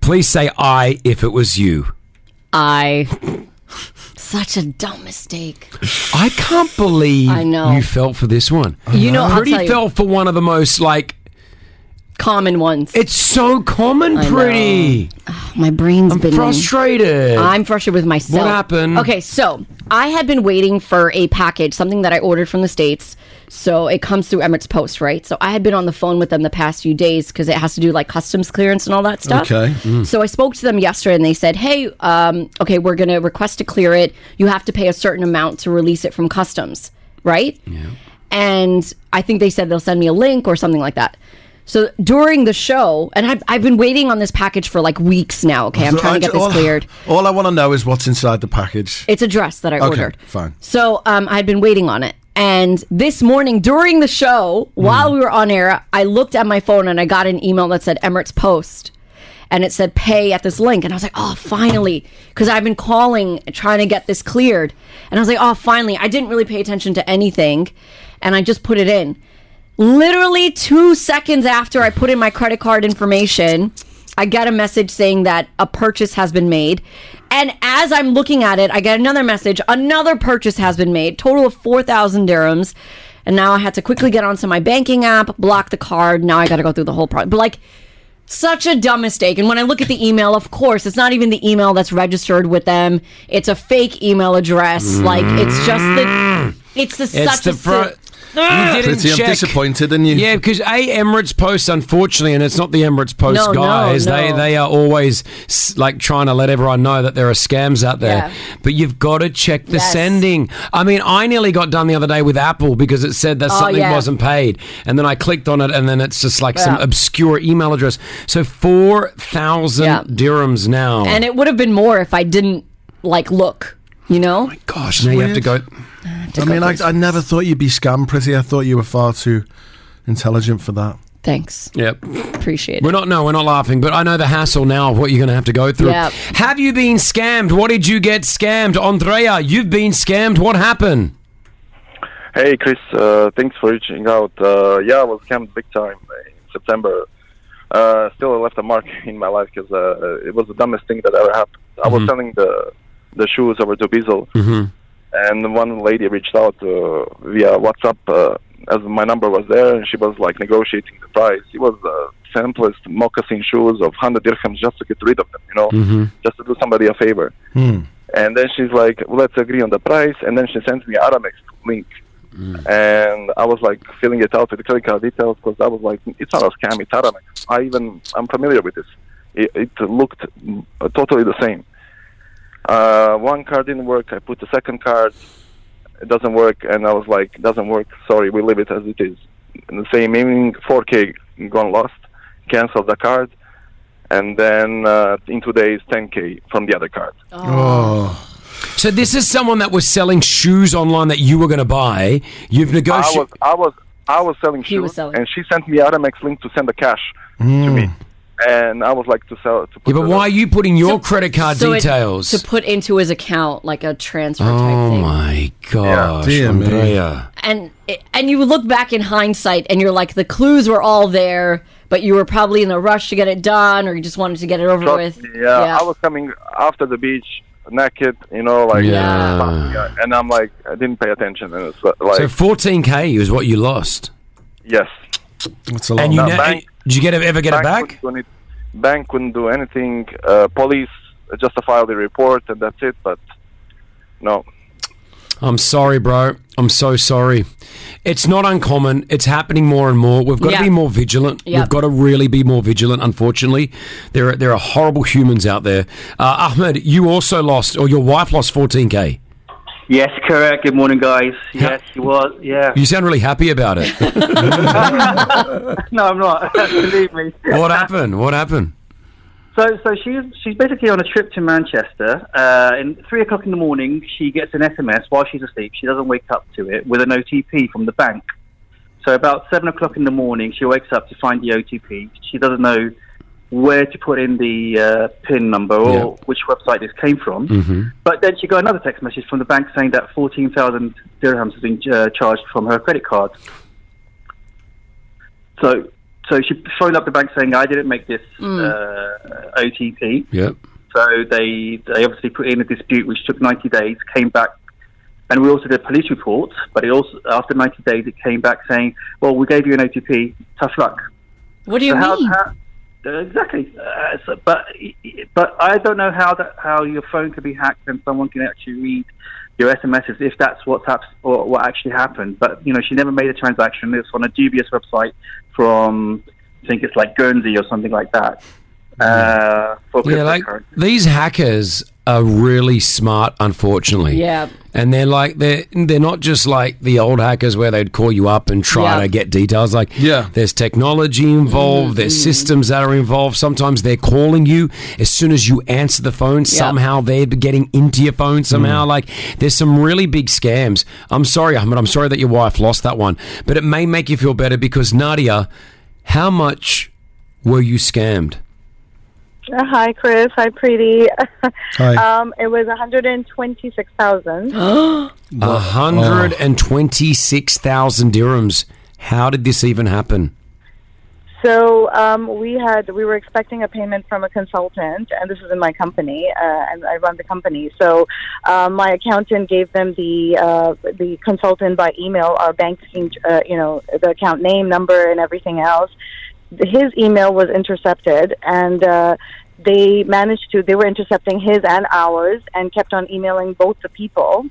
S7: Please say I if it was you.
S8: I. Such a dumb mistake.
S7: I can't believe
S8: I know.
S7: you felt for this one.
S8: You know, I'll
S7: Pretty
S8: tell you-
S7: fell for one of the most like
S8: Common ones.
S7: It's so common,
S8: I know.
S7: Pretty.
S8: My brain's
S7: I'm
S8: been
S7: frustrated.
S8: I'm frustrated with myself.
S7: What happened?
S8: Okay, so I had been waiting for a package, something that I ordered from the States. So it comes through Emirates Post, right? So I had been on the phone with them the past few days because it has to do like customs clearance and all that stuff.
S22: Okay. Mm.
S8: So I spoke to them yesterday and they said, hey, um, okay, we're going to request to clear it. You have to pay a certain amount to release it from customs, right? and I think they said they'll send me a link or something like that. So during the show, and I've, I've been waiting on this package for like weeks now. Okay, I'm
S9: So
S8: trying
S9: I
S8: to get
S9: ju- all-
S8: this cleared.
S9: All I want to know is what's inside the package.
S8: It's a dress that I
S9: okay,
S8: ordered.
S9: Fine.
S8: So um, I had been waiting on it. And this morning during the show, while we were on air, I looked at my phone and I got an email that said Emirates Post. And it said pay at this link. And I was like, oh, finally. Because I've been calling, trying to get this cleared. And I was like, oh, finally. I didn't really pay attention to anything. And I just put it in. Literally two seconds after I put in my credit card information, I get a message saying that a purchase has been made. And as I'm looking at it, I get another message. Another purchase has been made, total of 4,000 dirhams. And now I had to quickly get onto my banking app, block the card. Now I got to go through the whole process. But like, such a dumb mistake. And when I look at the email, of course, it's not even the email that's registered with them. It's a fake email address. Like, it's just the. It's the
S7: It's
S8: such
S7: the
S8: a. si-
S7: front-
S8: Ah!
S7: You didn't
S9: Pretty, I'm
S7: check.
S9: disappointed in you.
S7: Yeah, because a Emirates Post, unfortunately, and it's not the Emirates Post
S8: No, no,
S7: guys. They
S8: no.
S7: they are always s- like trying to let everyone know that there are scams out there.
S8: Yeah.
S7: But you've got to check the
S8: Yes.
S7: sending. I mean, I nearly got done the other day with Apple because it said that
S8: Oh,
S7: something
S8: yeah.
S7: wasn't paid, and then I clicked on it, and then it's just like some
S8: Yeah.
S7: obscure email address. So four thousand
S8: Yeah.
S7: dirhams now.
S8: And it would have been more if I didn't, like, look, you know?
S7: gosh, now you have to go.
S9: I mean, I, I never thought you'd be scam pretty. I thought you were far too intelligent for that.
S8: Thanks.
S7: Yep.
S8: Appreciate it.
S7: We're not, no, we're not laughing, but I know the hassle now of what you're going to have to go through.
S8: Yep.
S7: Have you been scammed? What did you get scammed? Andrea, you've been scammed. What happened?
S22: Hey, Chris. Uh, thanks for reaching out. Uh, yeah, I was scammed big time in September. Uh, still, it left a mark in my life because uh, it was the dumbest thing that ever happened. I was
S23: Mhm.
S22: selling the the shoes over to Bezel, and one lady reached out uh, via WhatsApp uh, as my number was there, and she was like negotiating the price. It was the simplest moccasin shoes of 100 dirhams just to get rid of them, you know, just to do somebody a favor. And then she's like, let's agree on the price. And then she sends me Aramex link. And I was like filling it out with the credit card details because I was like, it's not a scam, it's Aramex. I even, I'm familiar with this. It, it looked mm, totally the same. Uh, one card didn't work. I put the second card. It doesn't work. And I was like, doesn't work. Sorry, we leave it as it is. In the same evening, 4K gone lost. Cancel the card. And then uh, in two days, 10K from the other card.
S7: Oh. So this is someone that was selling shoes online that you were going to buy. You've
S22: I was
S7: negotiated.
S22: I was I was selling shoes, and she sent me Aramex link to send the cash, and I was like to sell to
S7: Yeah, but why Hmm. are you putting your credit card
S8: So it-
S7: details?
S8: to put into his account, like a transfer type
S7: oh
S8: thing.
S7: my gosh,
S9: Dear me.
S7: Andrea.
S8: and and you look back in hindsight and you're like the clues were all there but you were probably in a rush to get it done or you just wanted to get it over
S22: Trust
S8: with
S22: me, yeah, I was coming after the beach naked, you know, like
S7: Yeah.
S22: fuck, yeah, and I'm like I didn't pay attention, and it's like
S7: so 14k is what you lost.
S22: yes,
S9: That's
S7: And you
S22: No,
S7: ne-
S22: bank-
S7: did you get it, ever get it back?
S22: bank Couldn't do any- bank couldn't do anything. Uh, police just filed the report, and that's it. But no,
S7: I'm sorry, bro. I'm so sorry. It's not uncommon. It's happening more and more. We've got
S22: Yeah.
S7: to be more vigilant.
S22: Yeah.
S7: We've got to really be more vigilant. Unfortunately, there are, there are horrible humans out there. Uh, Ahmed, you also lost, or your wife lost 14k.
S24: Yes, correct. Good morning, guys. Yes, you was. Yeah.
S7: You sound really happy about it.
S24: no, I'm not. Believe me. Uh,
S7: what happened? What happened?
S24: So, so she's she's basically on a trip to Manchester. Uh, and three o'clock in the morning, she gets an SMS while she's asleep. She doesn't wake up to it with an OTP from the bank. So, about seven o'clock in the morning, she wakes up to find the OTP. She doesn't know where to put in the uh, PIN number or which website this came from.
S7: Mm-hmm.
S24: But then she got another text message from the bank saying that 14,000 dirhams has been uh, charged from her credit card. So, so she phoned up the bank saying, I didn't make this uh, OTP.
S7: Yep.
S24: So they, they obviously put in a dispute which took 90 days, came back, and we also did a police report, but it also, after 90 days, it came back saying, well, we gave you an OTP, tough luck.
S8: what do you
S24: So how-
S8: mean
S24: how- uh, exactly. Uh, so, but but I don't know how that how your phone could be hacked and someone can actually read your SMSs if that's what's hap- or what actually happened. But you know, she never made a transaction. It's on a dubious website from I think it's like Guernsey or something like that. Uh, for
S7: Yeah, like
S24: cryptocurrency.
S7: these hackers are really smart. Unfortunately,
S24: Yeah.
S7: and they're like they're they're not just like the old hackers where they'd call you up and try
S9: Yeah.
S7: to get details. Like, yeah, there's technology involved. There's systems that are involved. Sometimes they're calling you as soon as you answer the phone. Somehow they're getting into your phone. Somehow, like there's some really big scams. I'm sorry, Ahmed. I'm sorry that your wife lost that one, but it may make you feel better because Nadia, how much were you scammed?
S12: Uh, Hi, Chris. Hi, Pretty.
S7: Hi.
S12: Um, it was 126,000.
S7: A 126,000 dirhams. How did this even happen?
S12: So um, we had we were expecting a payment from a consultant, and this is in my company, uh, and I run the company. So uh, my accountant gave them the uh, the consultant by email, our bank scheme, uh, you know, the account name, number, and everything else. His email was intercepted, and uh, they managed to they were intercepting his and ours and kept on emailing both the people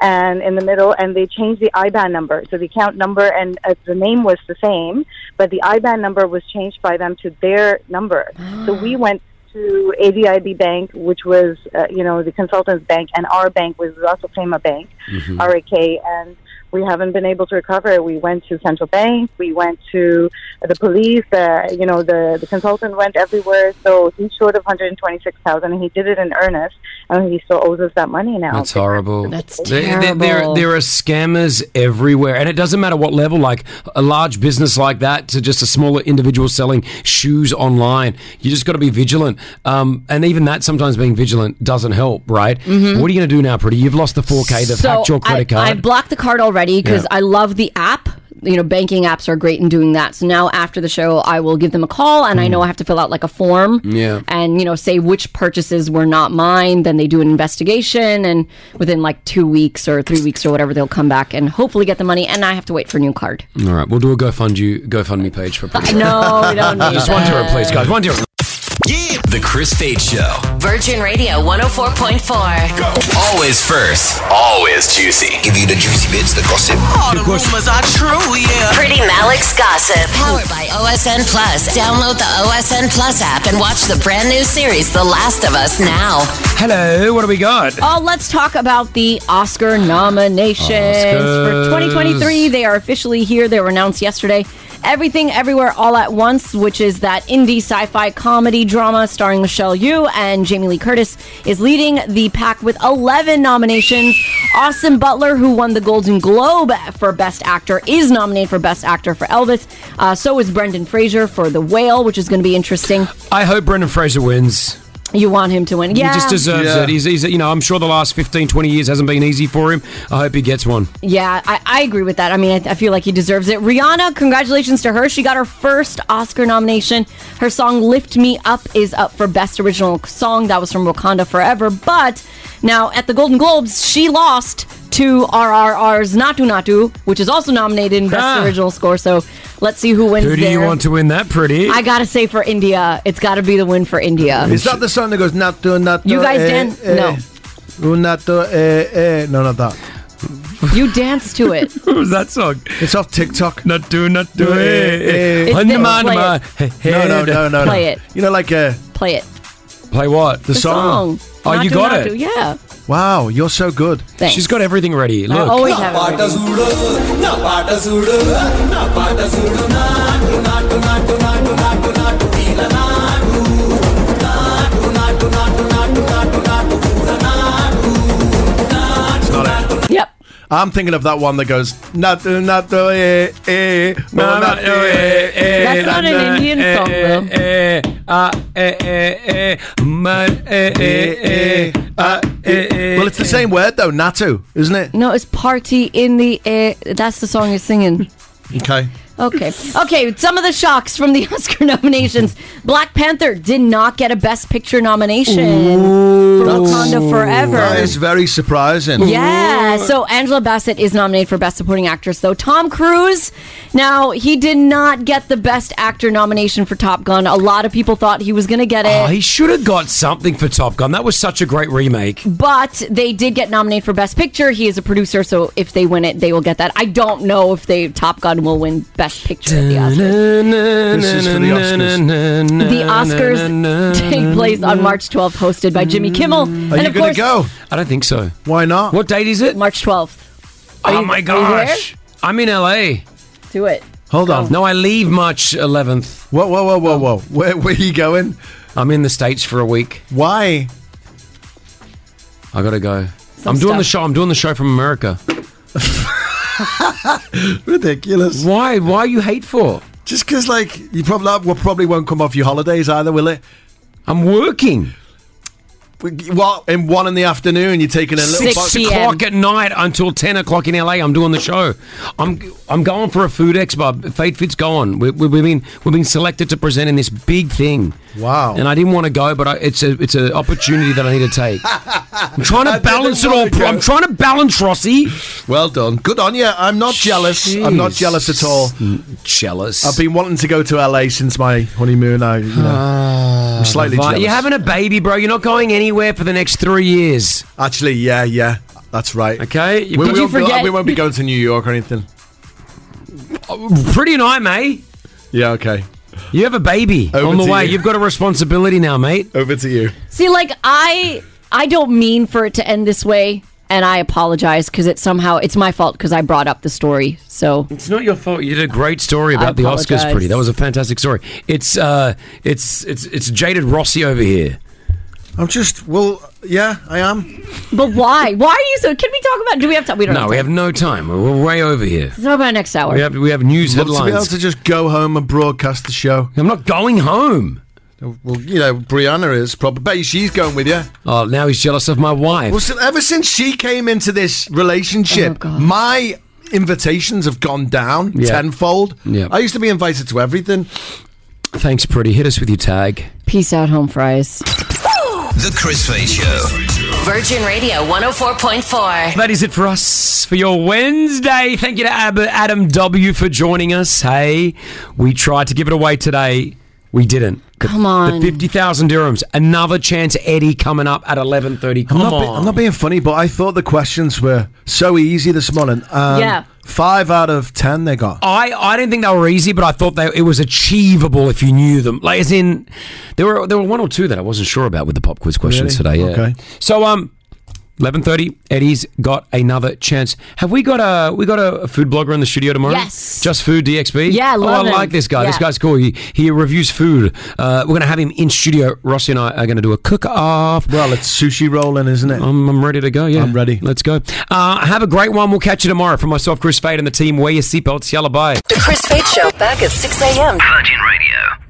S12: and in the middle and they changed the iban number so the account number and uh, the name was the same but the iban number was changed by them to their number so we went to adib bank which was uh, you know the consultant's bank and our bank was also Fema bank
S11: Mm-hmm.
S2: Mhm.
S12: rak and we haven't been able to recover it. We went to central bank, we went to the police, uh, you know, the, the consultant went everywhere. So he's short of 126,000 and he did it in earnest and he still owes us that money now.
S7: That's horrible. That's There,
S12: terrible.
S7: there are scammers everywhere, and it doesn't matter what level. Like a large business like that to just a smaller individual selling shoes online, you just got to be vigilant. Um, and even that, sometimes being vigilant doesn't help, right?
S8: Mhm.
S7: What are you going to do now, pretty? You've lost the four K. They've hacked your credit
S8: I,
S7: card.
S8: I've blocked the card already because
S7: Yeah.
S8: I love the app. You know, banking apps are great in doing that. So now after the show, I will give them a call and I know I have to fill out like a form
S7: Mm. yeah.
S8: and, you know, say which purchases were not mine. Then they do an investigation and within like two weeks or three weeks or whatever, they'll come back and hopefully get the money. And I have to wait for a new card.
S7: All right, we'll do a GoFund you GoFundMe page for pretty.
S8: No, we don't
S7: I
S8: need
S7: just one
S8: that.
S7: to please, guys. One to
S1: Yeah. The Chris Fade Show.
S13: Virgin Radio 104.4.
S1: Always first. Always juicy. Give you the juicy bits, the gossip.
S13: All the rumors are true, yeah. Pretty Malik's Gossip. Powered by OSN Plus. Download the OSN Plus app and watch the brand new series, The Last of Us, now.
S7: Hello, what do we got?
S8: Oh, let's talk about the Oscar nominations for
S7: Oscars.
S8: 2023. They are officially here. They were announced yesterday. Everything Everywhere All at Once, which is that indie sci fi comedy drama starring Michelle Yu and Jamie Lee Curtis, is leading the pack with 11 nominations. Austin Butler, who won the Golden Globe for Best Actor, is nominated for Best Actor for Elvis. Uh, so is Brendan Fraser for The Whale, which is going to be interesting.
S7: I hope Brendan Fraser wins.
S8: You want him to win. Yeah.
S7: He just deserves
S8: Yeah.
S7: it. He's, he's, you know, I'm sure the last 15, 20 years hasn't been easy for him. I hope he gets one.
S8: Yeah, I, I agree with that. I mean, I, I feel like he deserves it. Rihanna, congratulations to her. She got her first Oscar nomination. Her song Lift Me Up is up for Best Original Song. That was from Wakanda Forever. But now at the Golden Globes, she lost to RRR's Natu Natu, which is also nominated in Best
S7: Ah.
S8: Original Score. So let's see who wins
S7: Who do you
S8: there.
S7: want to win that, pretty?
S8: I gotta say for India, it's gotta be the win for India.
S9: Is that the song that goes nato nato? eh,
S8: You guys dance- no.
S9: Unato eh eh. No, not that.
S8: you dance to it?
S7: What was that song?
S9: It's off TikTok.
S7: Not do, not
S9: do
S7: eh, eh. It's Hanuman, the- play Hanuman. it.
S9: No, no, no, no. no.
S8: Play it.
S9: You know, like uh,
S8: Play it.
S7: Play what?
S9: The The song. song.
S7: Oh, you
S8: Natu
S7: got
S8: Natu,
S7: it.
S8: Yeah.
S9: Wow, you're so good.
S8: Thanks. She's
S7: got everything ready.
S8: I
S7: Look.
S8: always have it ready.
S9: It's not it.
S8: Yep.
S9: I'm thinking of that one that goes nato nato eh eh.
S7: No, no,
S9: unato,
S7: no, eh, eh,
S9: That's not an
S7: eh,
S9: Indian
S7: eh,
S9: song,
S7: eh, eh, ah, eh, eh, eh, ma- eh, eh, eh, ah, eh, eh,
S9: Well, it's the same word though, nato, isn't it?
S8: No, it's Party in the Air. That's the song you're singing.
S9: Okay.
S8: Okay. Okay, some of the shocks from the Oscar nominations. Black Panther did not get a Best Picture nomination for Wakanda Forever.
S9: That is very surprising.
S8: Yeah. So Angela Bassett is nominated for Best Supporting Actress, though. Tom Cruise, now, he did not get the Best Actor nomination for Top Gun. A lot of people thought he was going to get it.
S7: Oh, he should have got something for Top Gun. That was such a great remake.
S8: But they did get nominated for Best Picture. He is a producer, so if they win it, they will get that. I don't know if they Top Gun will win Best Picture at the Oscars.
S9: This is for the Oscars.
S8: The Oscars take place on March 12th, hosted by Jimmy Kimmel.
S9: Are you going to go?
S7: I don't think so.
S9: Why not?
S7: Mm. What date is it?
S8: March 12th.
S7: oh my
S8: there?
S7: gosh. I'm in LA.
S8: Do it.
S9: Hold on.
S7: No, I leave March 11th.
S9: Whoa, whoa, whoa, whoa, whoa. Where, where are you going?
S7: I'm in the States for a week.
S9: Why?
S7: I gotta go.
S9: Some
S7: I'm doing
S9: stuff.
S7: the show. I'm doing the show from America.
S9: Ridiculous.
S7: Why? Why are you hateful?
S9: Just because, like, you probably that will probably won't come off your holidays either, will it?
S7: I'm working.
S9: Well, in one in the afternoon, you're taking a little
S7: six o'clock at night until ten o'clock in LA. I'm doing the show. I'm I'm going for a food expo. Fate Fit's gone. We, we, we've been we've been selected to present in this big thing.
S9: Wow!
S7: And I didn't want to go, but I, it's a it's an opportunity that I need to take. I'm trying to balance it all. pro- I'm trying to balance Rossi.
S9: Well done. Good on you. I'm not jealous. I'm not jealous at all.
S7: Jealous.
S9: I've been wanting to go to LA since my honeymoon. I, you know, I'm slightly
S7: Ah. Right,
S9: jealous.
S7: You're having a baby, bro. You're not going anywhere for the next three years.
S9: Actually, yeah, yeah. That's right.
S7: Okay.
S9: We, won't be- we won't be going to New York or anything.
S7: Pretty and I, mate.
S9: Yeah, okay.
S7: You have a baby on the way. You've got a responsibility now, mate.
S9: Over to you.
S8: See, like I, I don't mean for it to end this way, and I apologize because it somehow it's my fault because I brought up the story. So
S7: It's not your fault. You did a great story
S8: I
S7: about the Oscars.
S8: apologize.
S7: Pretty. That was a fantastic story. It's uh, it's it's it's jaded Rossi over here.
S9: I'm just well, yeah, I am.
S8: But why? Why are you so? Can we talk about? Do we have time? We don't.
S7: No,
S8: have
S7: we
S8: time.
S7: have no time. We're- We're way over here.
S8: Let's talk about it next hour.
S7: We have we have news
S9: Love to be able
S7: headlines.
S9: to just go home and broadcast the show.
S7: I'm not going home.
S9: Well, you know, Brianna is probably. Bet you she's going with you.
S7: Oh, now he's jealous of my wife.
S9: Well, so ever since she came into this
S8: Oh,
S9: relationship, my invitations have gone down
S7: Yeah.
S9: tenfold.
S7: Yeah.
S9: I used to be invited to everything.
S7: Thanks, Pretty. Hit us with your tag.
S8: Peace out, home fries.
S1: The Chris Fade Show.
S13: Virgin Radio 104.4.
S7: That is it for us for your Wednesday. Thank you to Ab- Adam W for joining us. Hey, we tried to give it away today. We didn't. Come
S8: on.
S7: The 50,000 dirhams. Another chance Eddie coming up at 11:30. Come
S9: I'm not,
S7: on.
S9: be- I'm not being funny, but I thought the questions were so easy this morning. Um,
S7: Yeah.
S9: Five out of ten they got.
S7: I, I didn't think they were easy, but I thought they, it was achievable if you knew them. Like, as in, there were there were one or two that I wasn't sure about with the pop quiz questions
S9: Really?
S7: today. Yeah.
S9: Okay.
S7: So um, eleven thirty. Eddie's got another chance. Have we got a we got a, a food blogger in the studio tomorrow?
S8: Yes.
S7: Just food DXB.
S8: Yeah, I love
S7: oh, I
S8: him.
S7: like this guy. This
S8: Yeah.
S7: guy's cool. He he reviews food. Uh, we're gonna have him in studio. Rossi and I are gonna do a cook off.
S9: Well, it's sushi rolling, isn't it?
S7: I'm, I'm ready to go. Yeah,
S9: I'm ready.
S7: Let's go. Uh, have a great one. We'll catch you tomorrow. From myself, Chris Fade, and the team. Wear your seatbelts. Yalla, bye.
S13: The Chris Fade Show back at 6 a.m.
S1: Virgin Radio.